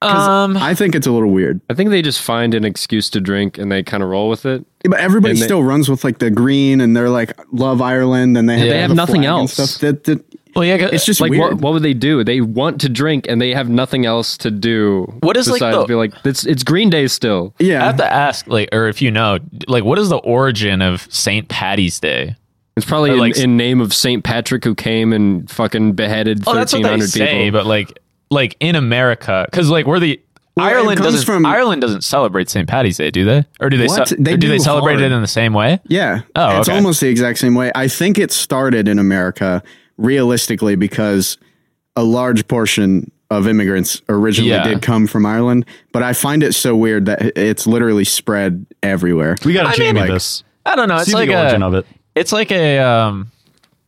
'Cause Um, I think it's a little weird. I think they just find an excuse to drink and they kind of roll with it. But everybody And they- still runs with like the green and they're like love Ireland and they have, They have the nothing flag and else. Uh, Stuff. That, that- well, yeah, 'cause- it's just Like, weird. what, what would they do? They want to drink and they have nothing else to do. What is, like, besides the- be like it's it's Green Day still. yeah. I have to ask, like, or if you know, like, what is the origin of St. Patty's Day? It's probably Or, in, like, in name of Saint Patrick who came and fucking beheaded Oh, that's thirteen what they hundred say, people. but like, like in America, because like we're the it Ireland comes doesn't from- Ireland doesn't celebrate St. Patty's Day, do they? Or do they? What? ce- They or do, do they celebrate hard. it in the same way? Yeah. Oh, it's okay. almost the exact same way. I think it started in America realistically because a large portion of immigrants originally Yeah. did come from Ireland, but I find it so weird that it's literally spread everywhere. We [laughs] got to mean, Jamie like, this. I don't know. It's See like the a. origin of it. It's like a. Um,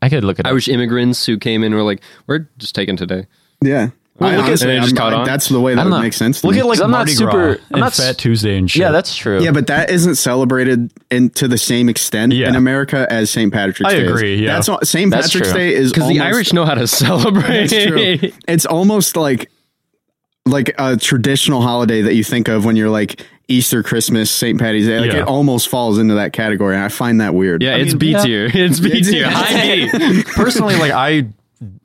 I could look at it. up. Irish immigrants who came in were like, we're just taking today. Yeah. I look at- honestly, And it just I'm- caught I- on? that's the way that I'm would not- make sense. To Look me. at like I'm not Mardi super- Gras I'm and not s- Fat Tuesday and shit. Yeah, that's true. yeah, but that isn't celebrated in to the same extent Yeah. in America as St. Patrick's I Day. is. agree, yeah. that's all, St. That's Patrick's true. Day is because the almost- Irish know how to [laughs] celebrate. That's true. [laughs] It's almost like like a traditional holiday that you think of when you're like Easter, Christmas, St. Patty's Day. Like Yeah. it almost falls into that category, and I find that weird. Yeah, it's B tier. [laughs] [laughs] It's B [laughs] tier. High B. personally like i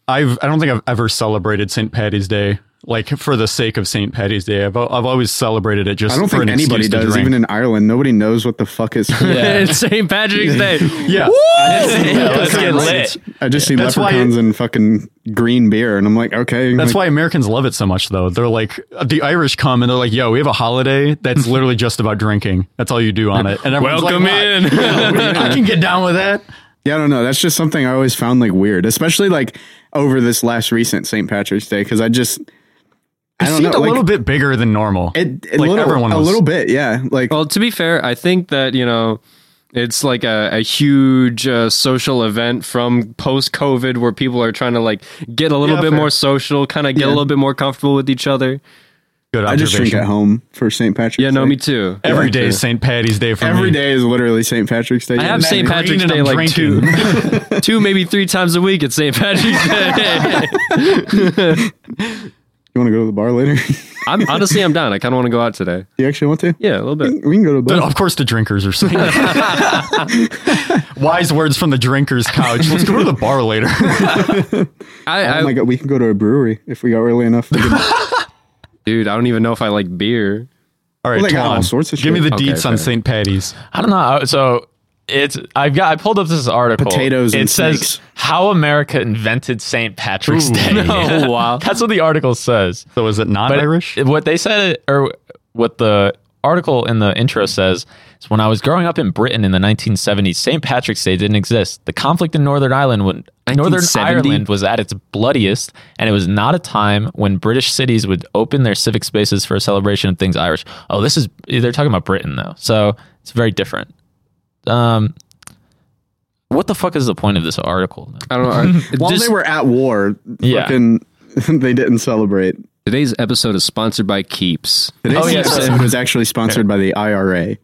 i've i don't think i've ever celebrated st patty's day like for the sake of st patty's day i've, I've always celebrated it just I don't for think an excuse anybody to does. drink. Even in Ireland, nobody knows what the fuck [laughs] is. It's St. Patrick's Day. yeah Let's get lit. I just see That's why- leprechauns and fucking green beer, and I'm like, okay. that's like, why Americans love it so much, though. They're like, the Irish come and they're like, yo, we have a holiday [laughs] that's literally just about drinking. That's all you do on it. And everyone's Welcome like, [laughs] in. in. I can get down with that. Yeah, I don't know. That's just something I always found like weird, especially like over this last recent St. Patrick's Day because I just I It don't seemed know. a like, little bit bigger than normal. It, it like little, everyone a was- little bit, yeah. Like Well, to be fair, I think that you know it's like a, a huge uh, social event from post COVID where people are trying to like get a little Yeah, bit fair. more social, kind of get a little bit more comfortable with each other. Good I just drink at home for St. Patrick's. Yeah, no, Day. me too. Every day is St. Patty's Day for Every me. day is literally St. Patrick's Day. I have Yeah. St. green Patrick's and Day I'm like drinking. two, two maybe three times a week at St. Patrick's Day. You want to go to the bar later? [laughs] I'm honestly, I'm down. I kind of want to go out today. you actually want to? Yeah, a little bit. We can go to the [laughs] But bar. of course, the drinkers are saying wise words from the drinkers' couch. Let's go to the bar later. [laughs] I, Oh I my god, we can go to a brewery if we got early enough. We can- [laughs] dude, I don't even know if I like beer. All right, Well, they got Tom, all sorts of give me shit. the Okay, deets on fair. St. Patty's. I don't know. I- So it's I've got I pulled up this article. Potatoes It and says snakes. how America invented St. Patrick's Ooh. Day. Oh, wow. That's what the article says. So is it not But Irish? What they said, or what the article in the intro says, is when I was growing up in Britain in the 1970s, St. Patrick's Day didn't exist. The conflict in Northern Ireland, when Northern 1970? Ireland was at its bloodiest, and it was not a time when British cities would open their civic spaces for a celebration of things Irish. Oh, this is they're talking about Britain though, so it's very different. Um, what the fuck is the point of this article? I don't know. I- While Just- they were at war, Yeah. fucking, [laughs] they didn't celebrate. today's episode is sponsored by Keeps. Today's Oh, yes. episode was actually sponsored by the IRA,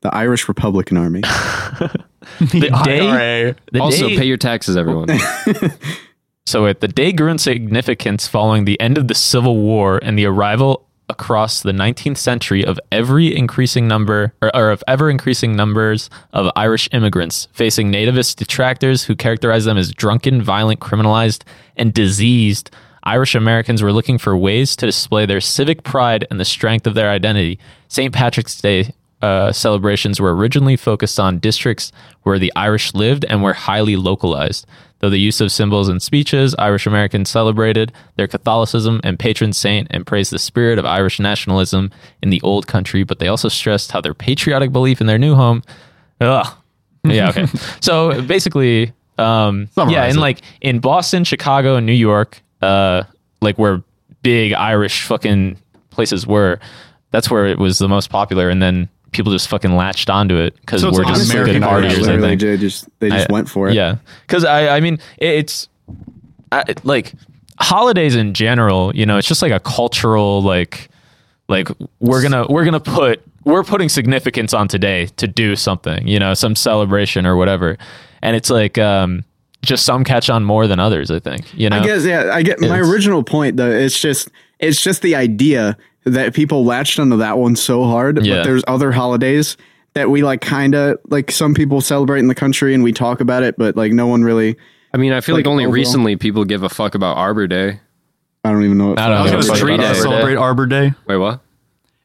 the Irish Republican [laughs] Army. [laughs] The IRA. the Also, day- pay your taxes, everyone. So it, the day grew in significance following the end of the Civil War and the arrival across the 19th century of every increasing number or, or of ever increasing numbers of Irish immigrants facing nativist detractors who characterized them as drunken, violent, criminalized, and diseased. Irish Americans were looking for ways to display their civic pride and the strength of their identity. St. Patrick's Day uh, celebrations were originally focused on districts where the Irish lived and were highly localized. Though the use of symbols and speeches, Irish Americans celebrated their Catholicism and patron saint and praised the spirit of Irish nationalism in the old country, but they also stressed how their patriotic belief in their new home. Ugh. Yeah, [laughs] okay. so basically, um, yeah, Summarize in it. like in Boston, Chicago, and New York, uh, like where big Irish fucking places were, that's where it was the most popular. And then people just fucking latched onto it because So it's we're like just American good Irish, partiers, I Literally, think. they just, they just I- went for it. Yeah, because I, I mean, it, it's I, it- like holidays in general. You know, it's just like a cultural like, like we're gonna we're gonna put we're putting significance on today to do something. You know, some celebration or whatever, and it's like um, just some catch on more than others. I think. You know, I guess yeah. I get my It's- original point though. It's just it's just the idea that people latched onto that one so hard. Yeah. But there's other holidays that we like kind of like some people celebrate in the country and we talk about it, but like no one really. I mean, I feel like, Like, only overall. recently people give a fuck about Arbor Day. I don't even know. What I don't fuck know. it It's is. Tree probably Day. gonna celebrate Arbor Day. Wait, what?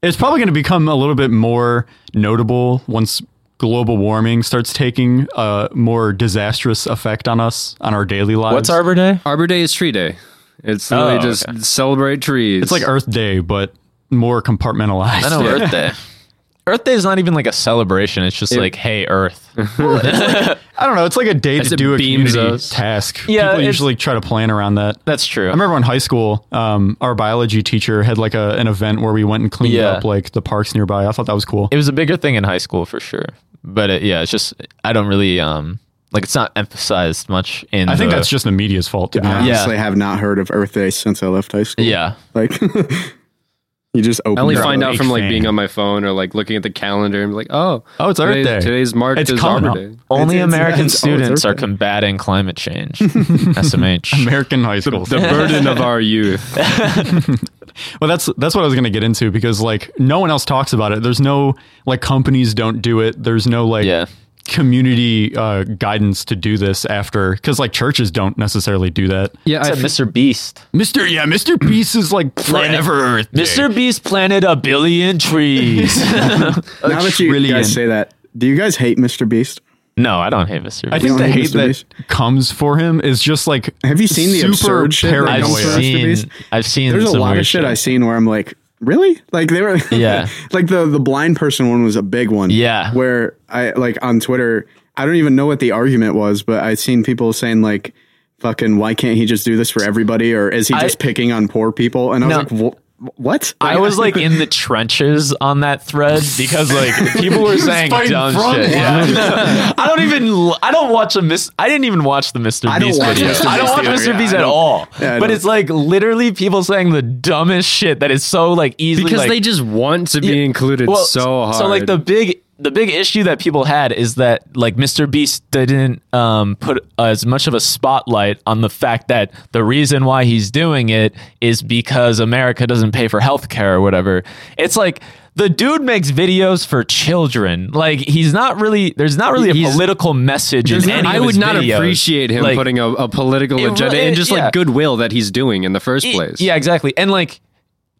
It's probably going to become a little bit more notable once global warming starts taking a more disastrous effect on us, on our daily lives. what's Arbor Day? Arbor Day is Tree Day. It's literally Oh, just celebrate trees. It's like Earth Day, but more compartmentalized. I know Earth Day. Earth Day is not even like a celebration. It's just like, hey, Earth. I don't know. It's like a day to it do a beams community us. task. Yeah, People it's- usually try to plan around that. [laughs] That's true. I remember in high school, um, our biology teacher had like a, an event where we went and cleaned Yeah. up like the parks nearby. I thought that was cool. it was a bigger thing in high school for sure. But it, yeah, it's just I don't really um Like it's not emphasized much in. I think the- that's just the media's fault. To be I honest. Yeah. honestly have not heard of Earth Day since I left high school. yeah. Like, [laughs] you just open I only your find eyes. out from like being fan. on my phone or like looking at the calendar and be like, oh, Oh, it's Earth today- Day. Today's marked It's as coming Arbor up. Day. Only it's- American it's- oh, it's students are okay. combating climate change. [laughs] SMH. American high school. The burden of [laughs] our youth. Well, that's that's what I was going to get into because like no one else talks about it. There's no like companies don't do it. There's no like Yeah. community uh, guidance to do this after because like churches don't necessarily do that. Yeah, I, Except Mr. Beast. Mister, yeah, Mister Peace is like forever Earth. Day. Mr. Beast planted a [laughs] billion trees. now that you trillion. guys say that, do you guys hate Mr. Beast? no, I don't hate Mr. Beast. I think don't the hate hate Mr. that Beast. comes for him is just like Have you seen the super absurd shit that paranoia. I've comes for Mr. seen. Beast. I've seen. There's a some lot weird of shit I seen where I'm like, really? Like they were, [laughs] Yeah. like the the blind person one was a big one. Yeah. where I like on Twitter, I don't even know what the argument was, but I seen people saying like, "Fucking, why can't he just do this for everybody?" Or is he I- just picking on poor people? And I was No. like, "Wh- what? I was like [laughs] in [laughs] the trenches on that thread because like people were saying fighting dumb front shit. Yeah. [laughs] I don't even. l- I don't watch a mis. I didn't even watch the Mr. I don't Beast watch video. Mr. I don't Beast watch either, Mr. yeah, Beast I at don't- all. yeah, I but don't. it's like literally people saying the dumbest shit that is so like easily because like, they just want to be Yeah. included so hard. So like the big the big issue that people had is that like Mr. Beast didn't um, put as much of a spotlight on the fact that the reason why he's doing it is because America doesn't pay for healthcare or whatever. It's like the dude makes videos for children. Like he's not really there's not really a He's- political message in any I of would his not videos. appreciate him Like, putting a, a political It agenda really- and just yeah. like goodwill that he's doing in the first Y- place. Yeah, exactly. And like,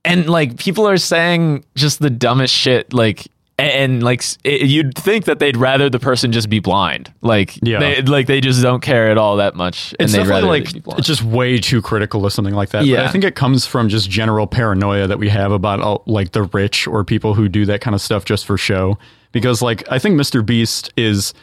and like, people are saying just the dumbest shit. Like, a- and, like, s- it, you'd think that they'd rather the person just be blind. Like, Yeah. they, like they just don't care at all that much. it's and they'd rather definitely they be like blind. it's just way too critical of something like that. But Yeah. I think it comes from just general paranoia that we have about uh, like the rich or people who do that kind of stuff just for show. Because like I think Mr. Beast is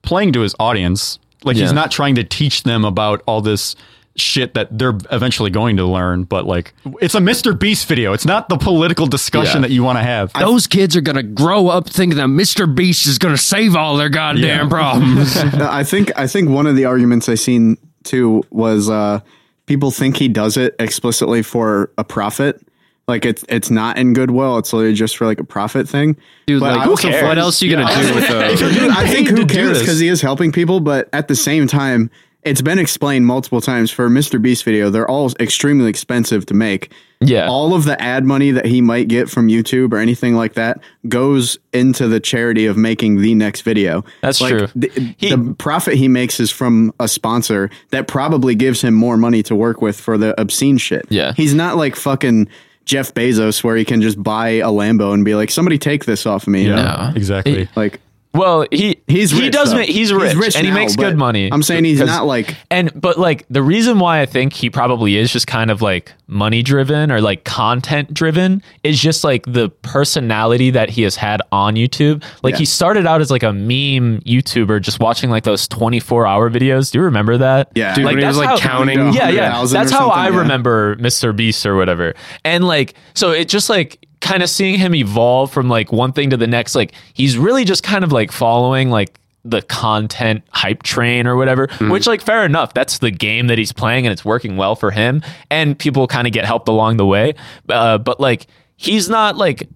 playing to his audience. Like Yeah. he's not trying to teach them about all this shit that they're eventually going to learn. But like it's a Mr. Beast video. It's not the political discussion Yeah. that you want to have. Those kids are gonna grow up thinking that Mr. Beast is gonna save all their goddamn Yeah. [laughs] problems. No, I think I think one of the arguments I seen too was uh, people think he does it explicitly for a profit. Like it's it's not in goodwill. It's literally just for like a profit thing. Dude, But like, I also what find- else are you gonna do with those? Dude, I think who to do cares this. because he is helping people, but at the same time, it's been explained multiple times for Mr. Beast video. They're all extremely expensive to make. Yeah. all of the ad money that he might get from YouTube or anything like that goes into the charity of making the next video. That's Like, true. The, He- the profit he makes is from a sponsor that probably gives him more money to work with for the obscene shit. Yeah. he's not like fucking. Jeff Bezos, where he can just buy a Lambo and be like, "Somebody take this off of me." you know? Yeah, exactly. Like, well, he He's he rich, does though. make he's rich, and he now, makes but good money. I'm saying he's 'Cause- not like And but like the reason why I think he probably is just kind of like money driven or like content driven is just like the personality that he has had on YouTube. Like he started out as like a meme YouTuber, just watching like those twenty four hour videos. Do you remember that? Yeah. Dude, when he that's was, like, counting Yeah, yeah. 100,000 or That's how something, I yeah. remember Mr. Beast or whatever. And like so, it just like kind of seeing him evolve from like one thing to the next. Like he's really just kind of like following like the content hype train or whatever, which like fair enough. That's the game that he's playing and it's working well for him and people kind of get helped along the way. Uh, but like he's not like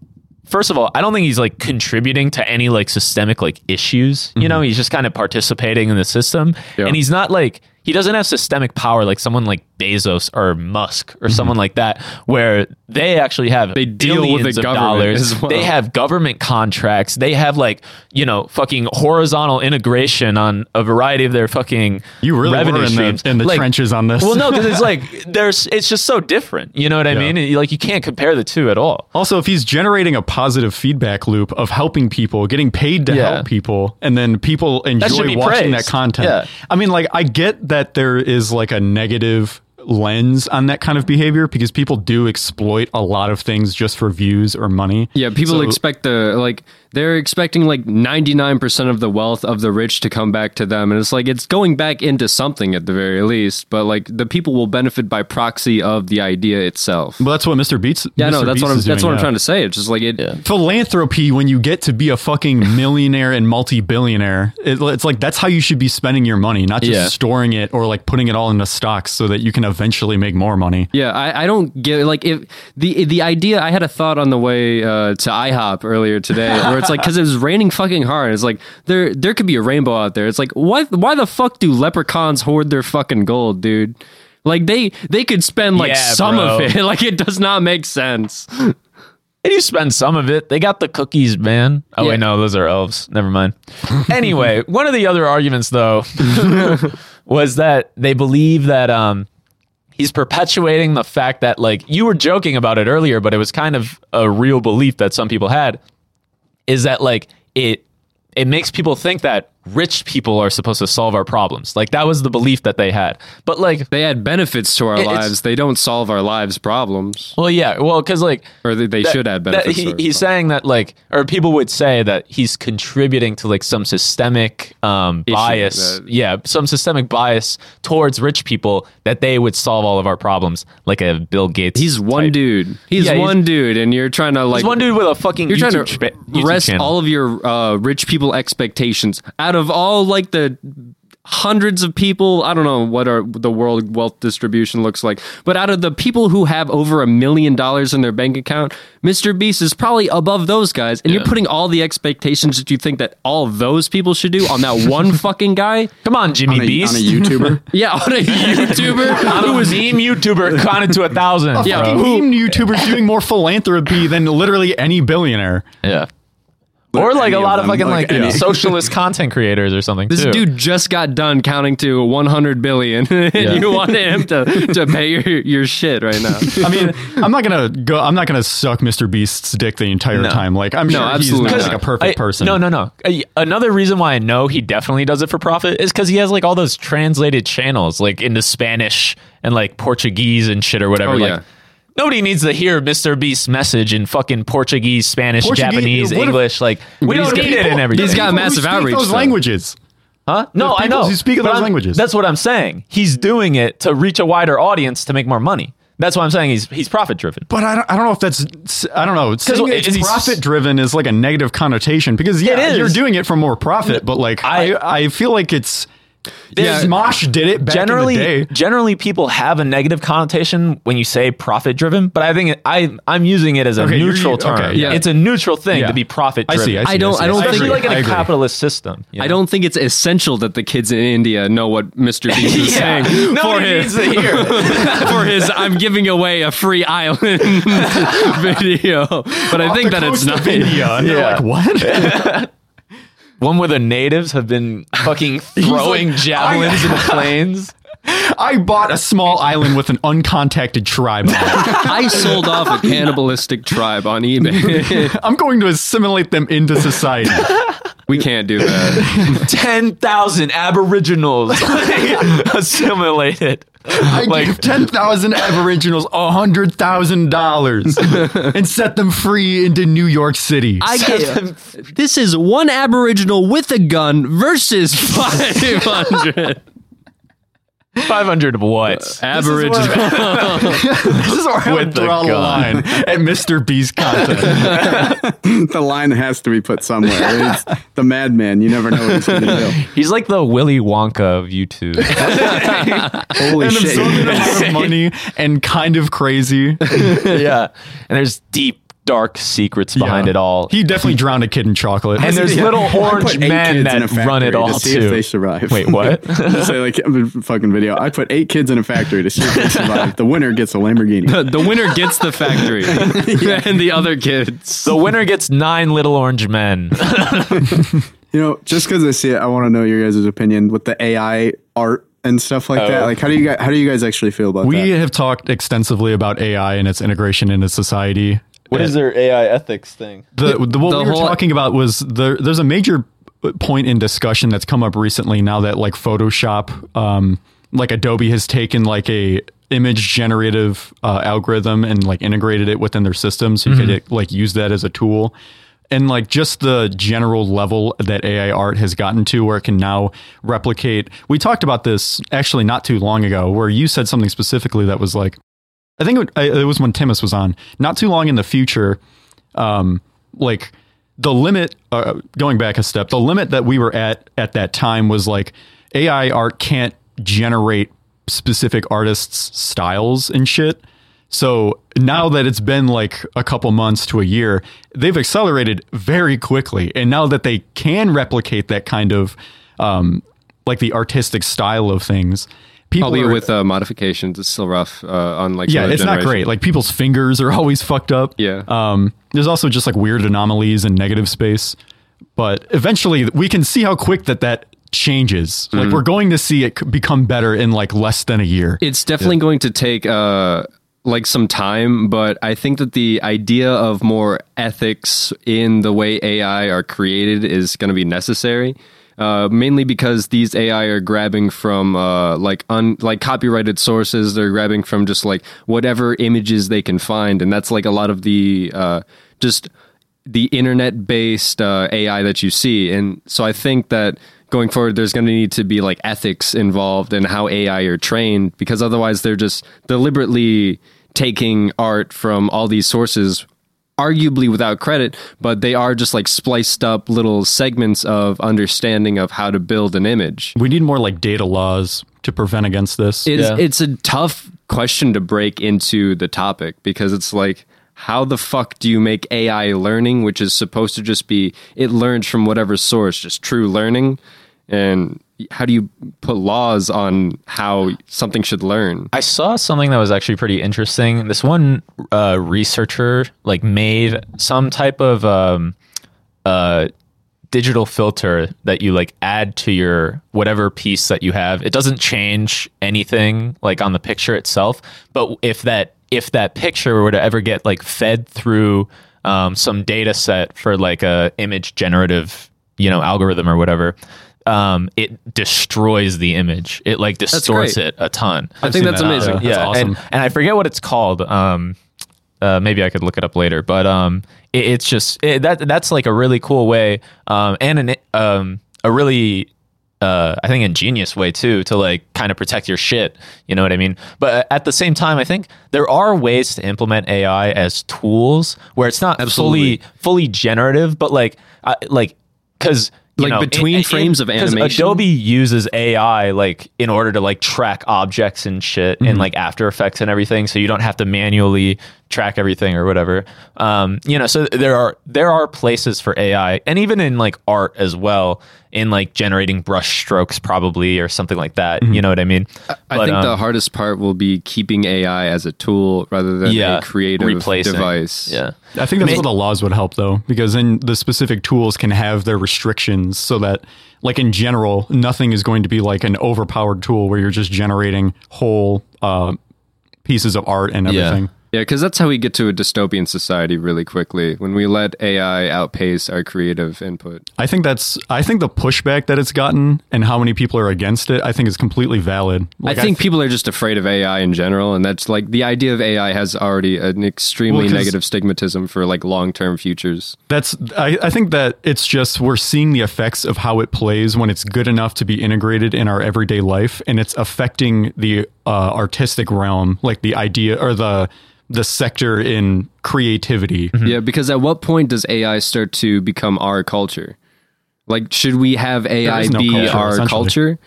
first of all, I don't think he's like contributing to any like systemic like issues. Mm-hmm. You know, he's just kind of participating in the system and he's not like he doesn't have systemic power like someone like Bezos or Musk Mm-hmm. or someone like that where they actually have they deal with the government as well. They have have government contracts. They have like you know fucking horizontal integration on a variety of their fucking You really revenue were in the- streams in the Like- trenches on this. Well, [laughs] no, because it's like there's it's just so different. You know what I mean? And, Like you can't compare the two at all. Also, if he's generating a positive feedback loop of helping people, getting paid to Yeah. help people, and then people should be enjoy watching praised. that content. Yeah. I mean, like, I get that there is like a negative lens on that kind of behavior because people do exploit a lot of things just for views or money. Yeah, people So- expect the like they're expecting like 99% of the wealth of the rich to come back to them and it's like it's going back into something at the very least but like the people will benefit by proxy of the idea itself Well, that's what Mr. Beats. yeah Mr. no that's Beats what i'm is that's doing, what i'm yeah. trying to say it's just like it philanthropy when you get to be a fucking [laughs] millionaire and multi-billionaire it, it's like that's how you should be spending your money not just Yeah. storing it or like putting it all into stocks so that you can eventually make more money Yeah, I, I don't get like if the the idea I had a thought on the way uh, to IHOP earlier today [laughs] where it's like because it was raining fucking hard. It's like there there could be a rainbow out there. It's like why why the fuck do leprechauns hoard their fucking gold, dude? Like they they could spend like Yeah, some of bro. it. [laughs] Like it does not make sense. They do spend some of it. They got the cookies, man. Oh, Yeah. wait, no, those are elves. Never mind. [laughs] anyway, one of the other arguments, though, [laughs] was that they believe that um, he's perpetuating the fact that, like, you were joking about it earlier, but it was kind of a real belief that some people had is that, like, it. It makes people think that rich people are supposed to solve our problems. Like that was the belief that they had. But like, They add benefits to our It- it's- lives. They don't solve our lives problems, well, yeah, well, because like or they, they that- should add that benefits. he- to our he's saying that like, or people would say that he's contributing to like some systemic um, bias. that- Yeah, some systemic bias towards rich people that they would solve all of our problems, like a Bill Gates. He's one type. dude. He's Yeah, he's- one dude, and you're trying to like He's one dude with a fucking. You're trying to YouTube cha- YouTube rest channel. all of your uh, rich people expectations out of all like the hundreds of people. I don't know what our the world wealth distribution looks like, but out of the people who have over a million dollars in their bank account, Mr. Beast is probably above those guys. And you're putting all the expectations that you think that all those people should do on that [laughs] one fucking guy. Come on, Jimmy on a, Beast. [laughs] on a YouTuber. Yeah, on a [laughs] YouTuber. I'm a [laughs] meme YouTuber counted to a thousand. Yeah, bro. who- Who YouTubers doing more philanthropy than literally any billionaire? yeah. Or like any a of lot of them, fucking like, like any- socialist content creators or something. This too. dude just got done counting to 100 billion, [laughs] and you want him to, to pay your, your shit right [laughs] now. I mean, I'm not gonna go. I'm not gonna suck Mr. Beast's dick the entire time. Like I'm sure he's absolutely not not. like a perfect I- person. No, no, no. I- Another reason why I know he definitely does it for profit is because he has like all those translated channels, like into Spanish and like Portuguese and shit or whatever. Oh, like, yeah. nobody needs to hear Mr. Beast's message in fucking Portuguese, Spanish, Portuguese- Japanese, what if- English. like, we don't need it in everything. these guys- got massive outreach, Those though. languages. huh? No, I know. peoples who speak But those I'm- languages. That's what I'm saying. He's doing it to reach a wider audience to make more money. That's why I'm saying he's he's profit driven. But I don't, I don't know if that's I don't know. Saying well, is it's he s- profit driven is like a negative connotation because yeah, It is. you're doing it for more profit, but like I I- I, feel like it's There's- yeah, Mosh did it back generally in the day. generally people have a negative connotation when you say profit driven but i think it, i i'm using it as a Okay, you're- neutral term okay, yeah. it's a neutral thing Yeah. to be profit I driven see. I see. I don't- see, I don't see. think- especially like in I a agree. capitalist system you I know? don't think it's essential that the kids in India know what Mr. Beast is [laughs] yeah. saying for Nobody his needs to hear it. [laughs] for his I'm giving away a free island [laughs] video. But I think The that coast it's of not [laughs] India. And they're Yeah. like, what? One where the natives have been [laughs] fucking throwing like, javelins [laughs] in planes. I bought a small island with an uncontacted [laughs] tribe. on it. I sold off a cannibalistic tribe on eBay. I'm going to assimilate them into society. [laughs] we can't do that. Ten thousand [laughs] aboriginals [laughs] assimilated. [laughs] I gave 10,000 Aboriginals [laughs] $100,000 and set them free into New York City. [laughs] [laughs] I get, this is one Aboriginal with a gun versus [laughs] 500 Five hundred what? Uh, [laughs] Aboriginal. this is where I would With the draw the gun. line at Mr. B's [laughs] content. the line has to be put somewhere. It's the madman. You never know what he's going [laughs] to He's like the Willy Wonka of [laughs] YouTube. do. Holy An shit. absorbent amount [laughs] of money and kind of crazy. [laughs] yeah. And there's deep, dark secrets behind Yeah. it all. He definitely drowned a kid in chocolate. and there's [laughs] Yeah. little I put orange eight men kids in a that run factory it all to see if they too. survive. Wait, [laughs] what? Say like a fucking video. I put eight kids in a factory to see if they survive. The winner gets a [laughs] Lamborghini. the winner gets the factory [laughs] and the other kids. the winner gets nine little [laughs] orange men. You know, just because I see it, I want to know your guys' opinion with the AI art and stuff Oh. like that. Like, how do you guys, how do you guys actually feel about we that? have talked extensively about AI and its integration into society. what is their AI ethics thing? the, the what the we were whole- talking about was there, there's a major uh, point in discussion that's come up recently now that like photoshop um like adobe has taken like a image Mm-hmm. generative uh, algorithm and like integrated it within their system so you could like use that as a tool and like just the general level that AI art has gotten to where it can now replicate. We talked about this actually not too long ago where you said something specifically that was like, I think it, I- it was when Timus was on, not too long in the future. Um, like the limit, uh, going back a step, the limit that we were at at that time was like AI art can't generate specific artists' styles and shit. So now that it's been like a couple months to a year, they've accelerated very quickly. And now that they can replicate that kind of um, like the artistic style of things, people Probably are- with uh, modifications, it's still rough. Uh, on like yeah, the it's not generation. great. Like people's fingers are [laughs] always fucked up. Yeah. Um, there's also just like weird anomalies and negative space. But eventually, we can see how quick that that changes. Mm-hmm. Like we're going to see it c- become better in like less than a year. It's definitely going to take uh like some time, but I think that the idea of more ethics in the way AI are created is going to be necessary. Uh, mainly because these AI are grabbing from uh, like un like copyrighted sources. They're grabbing from just like whatever images they can find, and that's like a lot of the uh, just the internet based uh, AI that you see. And so I think that going forward, there's going to need to be like ethics involved in how AI are trained because otherwise they're just deliberately taking art from all these sources, arguably without credit, but they are just like spliced up little segments of understanding of how to build an image. We need more like data laws to prevent against this. It's, it's a tough question to break into the topic because it's like, how the fuck do you make AI learning, which is supposed to just be it learns from whatever source, just true learning? And how do you put laws on how something should learn? Um, I saw something that was actually pretty interesting. This one uh, researcher like made some type of um, uh, digital filter that you like add to your whatever piece that you have. It doesn't change anything like on the picture itself, but if that if that picture were to ever get like fed through um, some data set for like a image generative you know algorithm or whatever. Um, it destroys the image. It like distorts great. it a ton I think that's that. amazing. Yeah. That's awesome. and, and I forget what it's called. Um, uh, maybe I could look it up later, but um, it, it's just it, that that's like a really cool way, um, and an um, a really uh, I think ingenious way too to like kind of protect your shit. You know what I mean? But at the same time, I think there are ways to implement AI as tools where it's not Absolutely. fully fully generative, but like I, like because Like between frames of animation? Adobe uses AI like in order to like track objects and shit Mm-hmm. and like After Effects and everything, so you don't have to manually track everything or whatever. Um, you know, so there are there are places for AI and even in like art as well, in like generating brush strokes probably or something like that. Mm-hmm. You know what I mean? I think um, the hardest part will be keeping AI as a tool rather than a creative replacing. device. Yeah. I think that's where the laws would help, though, because then the specific tools can have their restrictions so that, like in general, nothing is going to be like an overpowered tool where you're just generating whole uh, pieces of art and everything. Yeah, because that's how we get to a dystopian society really quickly when we let AI outpace our creative input. I think that's. I think the pushback that it's gotten and how many people are against it, I think is completely valid. Like, I think people are just afraid of AI in general, and that's like the idea of AI has already an extremely Well, 'cause- negative stigmatism for like long term futures. That's I, I think that it's just we're seeing the effects of how it plays when it's good enough to be integrated in our everyday life and it's affecting the uh, artistic realm, like the idea or the the sector in creativity. Mm-hmm. Yeah, because at what point does AI start to become our culture? Like, should we have AI is no be culture, our essentially. culture?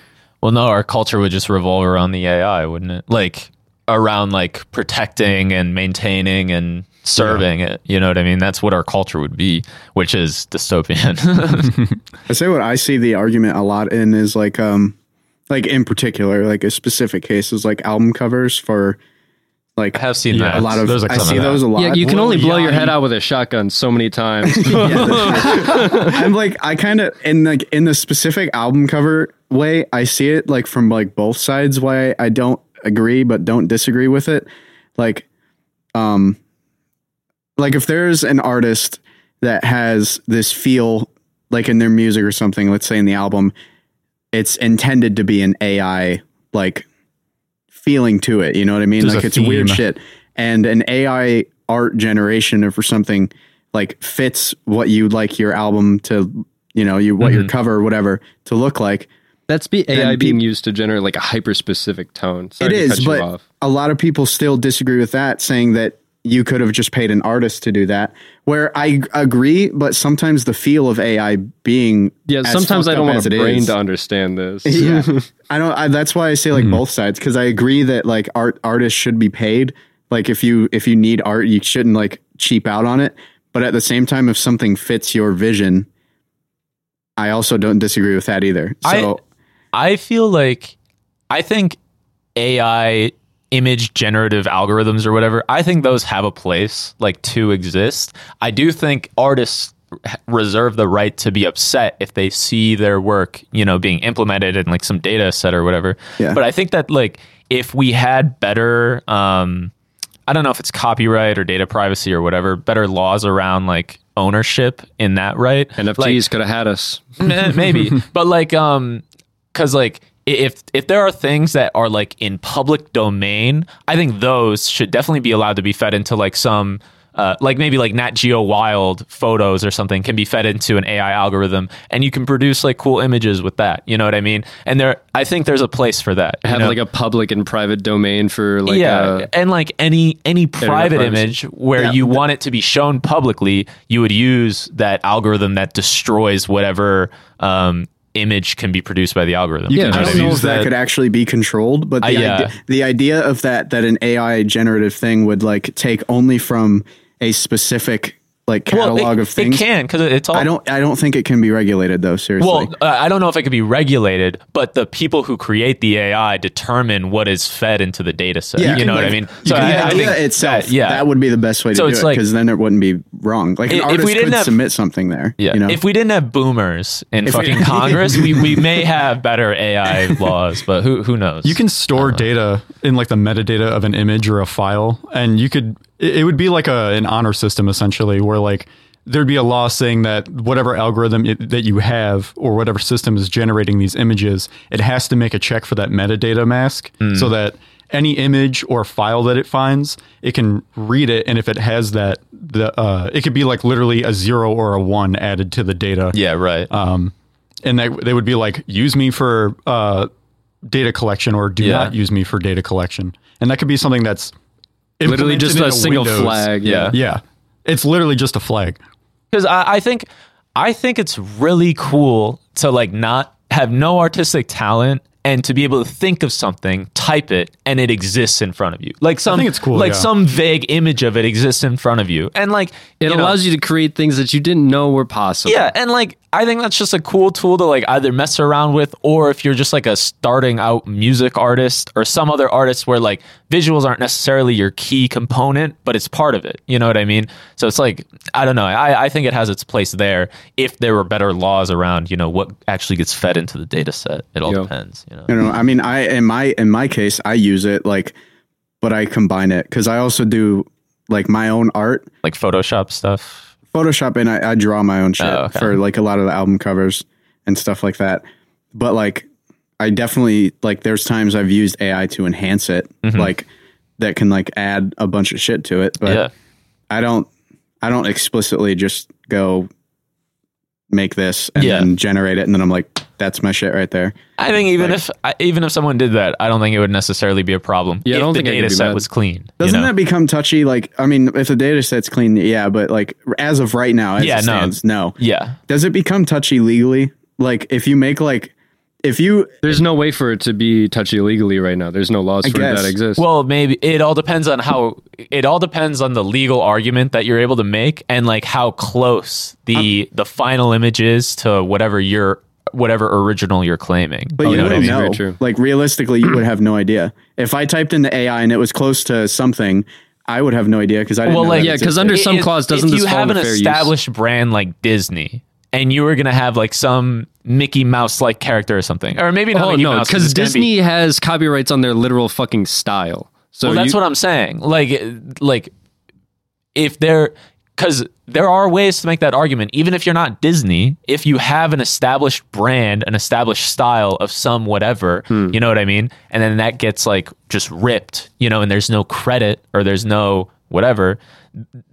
Well, no, our culture would just revolve around the AI, wouldn't it? Like around like protecting and maintaining and serving it. You know what I mean? That's what our culture would be, which is dystopian. [laughs] I say what I see the argument a lot in is like um like in particular like a specific case is like album covers for like I have seen Yeah, that. a lot of There's, like, I some see of that. those a lot. Yeah, you can Well, only blow yeah, your I head mean- out with a shotgun so [laughs] many times. [laughs] I'm like I kind of in like in the specific album cover way I see it like from like both sides why I don't agree but don't disagree with it like um like if there's an artist that has this feel like in their music or something let's say in the album it's intended to be an AI like feeling to it. You know what I mean? There's like a it's weird theme. shit. And an AI art generation or for something like fits what you'd like your album to, you know, you what your cover or whatever to look like. That's be AI Then being peop- used to generate like a hyper specific tone. Sorry it to cut is, you but off. a lot of people still disagree with that, saying that you could have just paid an artist to do that. Where I g- agree, but sometimes the feel of AI being yeah. as Sometimes fucked I don't up want as a it brain is- to understand [laughs] this. yeah i don't I, that's why i say like Mm-hmm. both sides because i agree that like art artists should be paid like if you if you need art you shouldn't like cheap out on it but at the same time if something fits your vision i also don't disagree with that either I- so I feel like I think AI image generative algorithms or whatever, I think those have a place like to exist. I do think artists reserve the right to be upset if they see their work, you know, being implemented in like some data set or whatever. Yeah. But I think that like if we had better um I don't know if it's copyright or data privacy or whatever, better laws around like ownership in that right. NFTs Like, could have had us. [laughs] Eh, maybe but like um because like i- if if there are things that are like in public domain i think those should definitely be allowed to be fed into like some uh, like maybe like Nat Geo Wild photos or something can be fed into an AI algorithm, and you can produce like cool images with that. You know what I mean? And there, I think there's a place for that. [laughs] you Have know? like a public and private domain for like yeah, uh, and like any any private privacy. image where Yeah, you want it to be shown publicly, you would use that algorithm that destroys whatever um, image can be produced by the algorithm. Yeah, You know I what don't mean? know if use that, that- could actually be controlled, but the, Uh, yeah. idea, the idea of that that an AI generative thing would like take only from a specific like Well, catalog it, of things. It can because it's all. I don't I don't think it can be regulated though. Seriously, Well, uh, I don't know if it could be regulated, but the people who create the AI determine what is fed into the data set. Yeah. you know what I Like, mean? So I- the I idea think itself, that- yeah. that would be the best way to So do it's it like- because then it wouldn't be wrong. Like an If- if artist we didn't could have- submit something there. Yeah. you know? If we didn't have boomers in we- [laughs] fucking Congress, we, we may have better AI laws, but who who knows? You can store data in like the metadata of an image or a file, and you could. It it would be like a an honor system essentially, where like there'd be a law saying that whatever algorithm it, that you have or whatever system is generating these images, it has to make a check for that metadata mask, so that any image or file that it finds, it can read it, and if it has that, the uh, it could be like literally a zero or a one added to the data Yeah, right. and they, they would be like, use me for uh, data collection or do Yeah. not use me for data collection. And that could be something that's literally implemented just into a single Windows. flag. Yeah. Yeah. It's literally just a flag. because I, I think I think it's really cool to like not have no artistic talent and to be able to think of something, type it, and it exists in front of you. Like some, think it's cool, Like yeah. some vague image of it exists in front of you, and like It you know, allows you to create things that you didn't know were possible. yeah, and like I think that's just a cool tool to like either mess around with, or if you're just like a starting out music artist or some other artist where like visuals aren't necessarily your key component, but it's part of it. You know what I mean? So it's like I don't know. I, I think it has its place there if there were better laws around. You know what actually gets fed into the data set. It all Yeah. depends. You know. you know, I mean, I in my in my case, I use it like, but I combine it because I also do like my own art, Like Photoshop stuff. Photoshop, and I, I draw my own shit Oh, okay. for like a lot of the album covers and stuff like that. But like, I definitely like. There's times I've used AI to enhance it, Mm-hmm. like that can like add a bunch of shit to it. But yeah. I don't I don't explicitly just go make this and Yeah. then generate it and then I'm like that's my shit right there. I think even if I, even if someone did that, I don't think it would necessarily be a problem. Yeah, I if don't the think I could data be set mad. was clean. you Doesn't know? that become touchy like I mean if the data set's clean yeah but like as of right now as Yeah, it no. stands no. yeah. Does it become touchy legally? Like if you make like if you There's no way for it to be touchy legally right now. There's no laws for it guess. that exist. Well, maybe it all depends on how it all depends on the legal argument that you're able to make and like how close the the final image is to whatever your whatever original you're claiming. but Oh, you yeah, wouldn't that's very know. true. Like realistically you would have no idea. If I typed into AI and it was close to something, I would have no idea cuz I didn't Well, know like- that yeah, 'cause existed. under- some clause, doesn't if this you fall have an under fair use? established brand like Disney and you were gonna have like some Mickey Mouse like character or something, or maybe not oh Mickey no, Mouse, because it's gonna be- Disney has copyrights on their literal fucking style. So well, that's you- what I'm saying. Like, uh, like if there, because there are ways to make that argument. Even if you're not Disney, if you have an established brand, an established style of some whatever, Hmm. you know what I mean. And then that gets like just ripped, you know, and there's no credit or there's no whatever,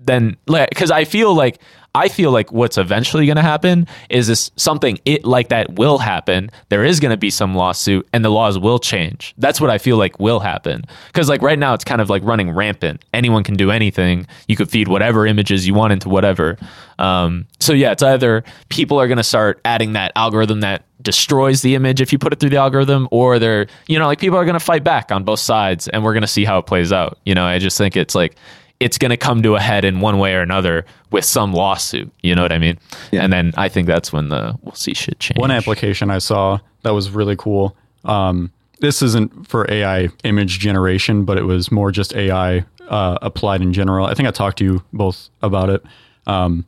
then because I feel like I feel like what's eventually going to happen is this something it like that will happen. There is going to be some lawsuit, and the laws will change. That's what I feel like will happen. Because like right now, it's kind of like running rampant. Anyone can do anything. You could feed whatever images you want into whatever. Um, so yeah, it's either people are going to start adding that algorithm that destroys the image if you put it through the algorithm or they're you know like people are going to fight back on both sides and we're going to see how it plays out you know i just think it's like it's going to come to a head in one way or another with some lawsuit you know what i mean Yeah. and then i think that's when the we'll see shit change One application I saw that was really cool. Um, this isn't for AI image generation, but it was more just AI uh, applied in general. I think I talked to you both about it. Um,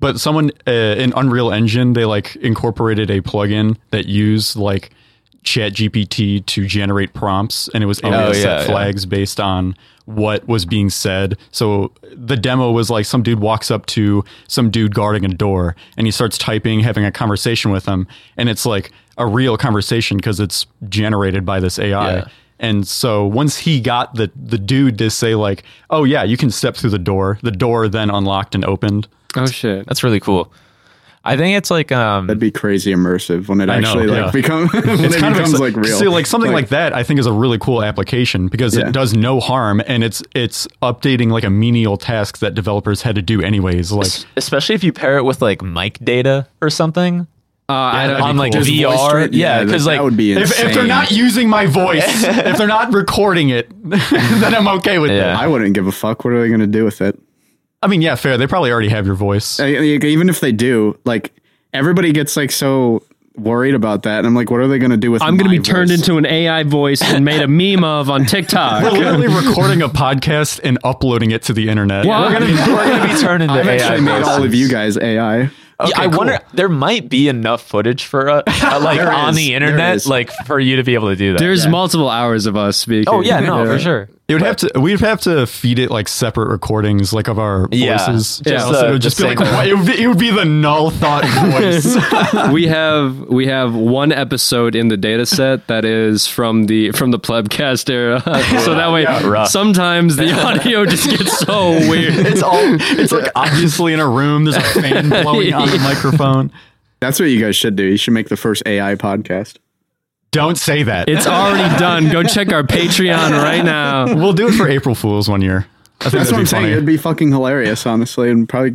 but someone uh, in Unreal Engine, they like incorporated a plugin that used like Chat GPT to generate prompts, and it was able Oh, to yeah, set yeah. flags based on what was being said. So the demo was like some dude walks up to some dude guarding a door, and he starts typing, having a conversation with him, and it's like a real conversation because it's generated by this AI. Yeah. And so once he got the the dude to say like, "Oh yeah, you can step through the door," the door then unlocked and opened. [laughs] Oh shit. that's really cool i think it's like um That'd be crazy immersive when it know, actually yeah. like become [laughs] when it becomes exci- like real. See, like something like, that, I think is a really cool application because Yeah. it does no harm and it's it's updating like a menial task that developers had to do anyways. Like especially if you pair it with like mic data or something Uh, I don't, on like Just E voice vr tra- yeah because that- like that would be if, insane. if they're not using my voice, if they're not recording it, [laughs] then I'm okay with Yeah. that. I wouldn't give a fuck. What are they going to do with it? I mean, yeah, fair. They probably already have your voice. I- I- even if they do, like everybody gets like so worried about that, and I'm like, what are they going to do with? I'm gonna my be turned voice? into an AI voice and made a meme of [laughs] on TikTok. We're literally recording a podcast and uploading it to the internet. Well, we're gonna be, we're gonna be turning the I've AI actually made all of voices. you guys AI. Yeah, I wonder. There might be enough footage for uh, uh, like There on is, the there internet, is. like for you to be able to do that. There's multiple hours of us speaking. oh yeah, no, for sure. It would have to. We'd have to feed it like separate recordings, like of our Yeah. voices. Yeah. So Just the- it would just the be like signal. wha- it would be, it would be the null thought [laughs] voice. we have we have one episode in the data set that is from the from the plebcast era. [laughs] so that way rough. [laughs] sometimes the audio just gets so weird. it's all. It's like obviously in a room. There's a fan blowing on the microphone. That's what you guys should do. You should make the first AI podcast. Don't say that. It's already done. Go check our Patreon right now. we'll do it for April Fools one year. I That's think what that'd be I'm saying. funny. It'd be fucking hilarious, honestly, and probably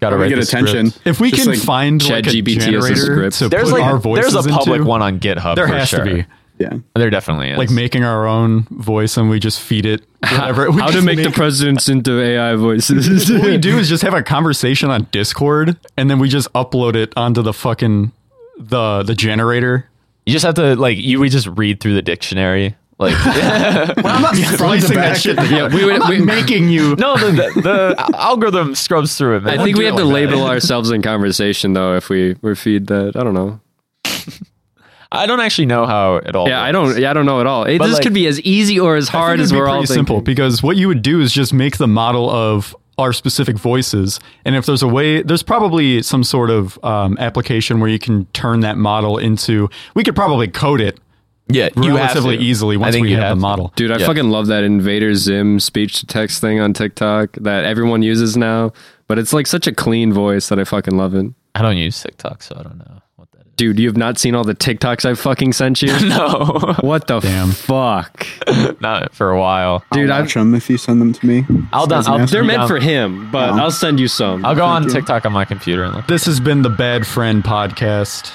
Gotta probably write get the attention. script. if we Just, can like, find like a ChatGPT as a generator script. to There's put our like voices there's a public into, one on GitHub. There for has sure. to be yeah. There definitely is. like making our own voice and we just feed [laughs] it whatever. [laughs] We How to just make the presidents into AI voices. what [laughs] [laughs] we do is just have a conversation on Discord, and then we just upload it onto the fucking the the [laughs] generator. you just have to like you. We just read through the dictionary. [laughs] Like I'm not slicing that shit. Yeah, we would- we- making you. no, the, the, the algorithm scrubs through it. Man. I think we deal have to with that. label ourselves in conversation though if we we feed that. I don't know. I don't actually know how it all. Yeah, I works. don't. Yeah, I don't know at all. It, But, this like, could be as easy or as hard as It'd be we're all pretty thinking. simple because what you would do is just make the model of our specific voices, and if there's a way, there's probably some sort of um, application where you can turn that model into. We could probably code it Yeah, you have relatively to. easily I once think we you have, the to. model. Dude, I Yeah. fucking love that Invader Zim speech to text thing on TikTok that everyone uses now. But it's like such a clean voice that I fucking love it. I don't use TikTok, so I [laughs] don't know what that is. Dude, you have not seen all the TikToks I fucking sent you? [laughs] No, What the Damn. fuck? not for a while. Dude, I'll I've, watch them if you send them to me. I'll done. I'll, they're meant yeah. for him, but I'll send you some. I'll go on TikTok on my computer and look. This has been the Bad Friend Podcast.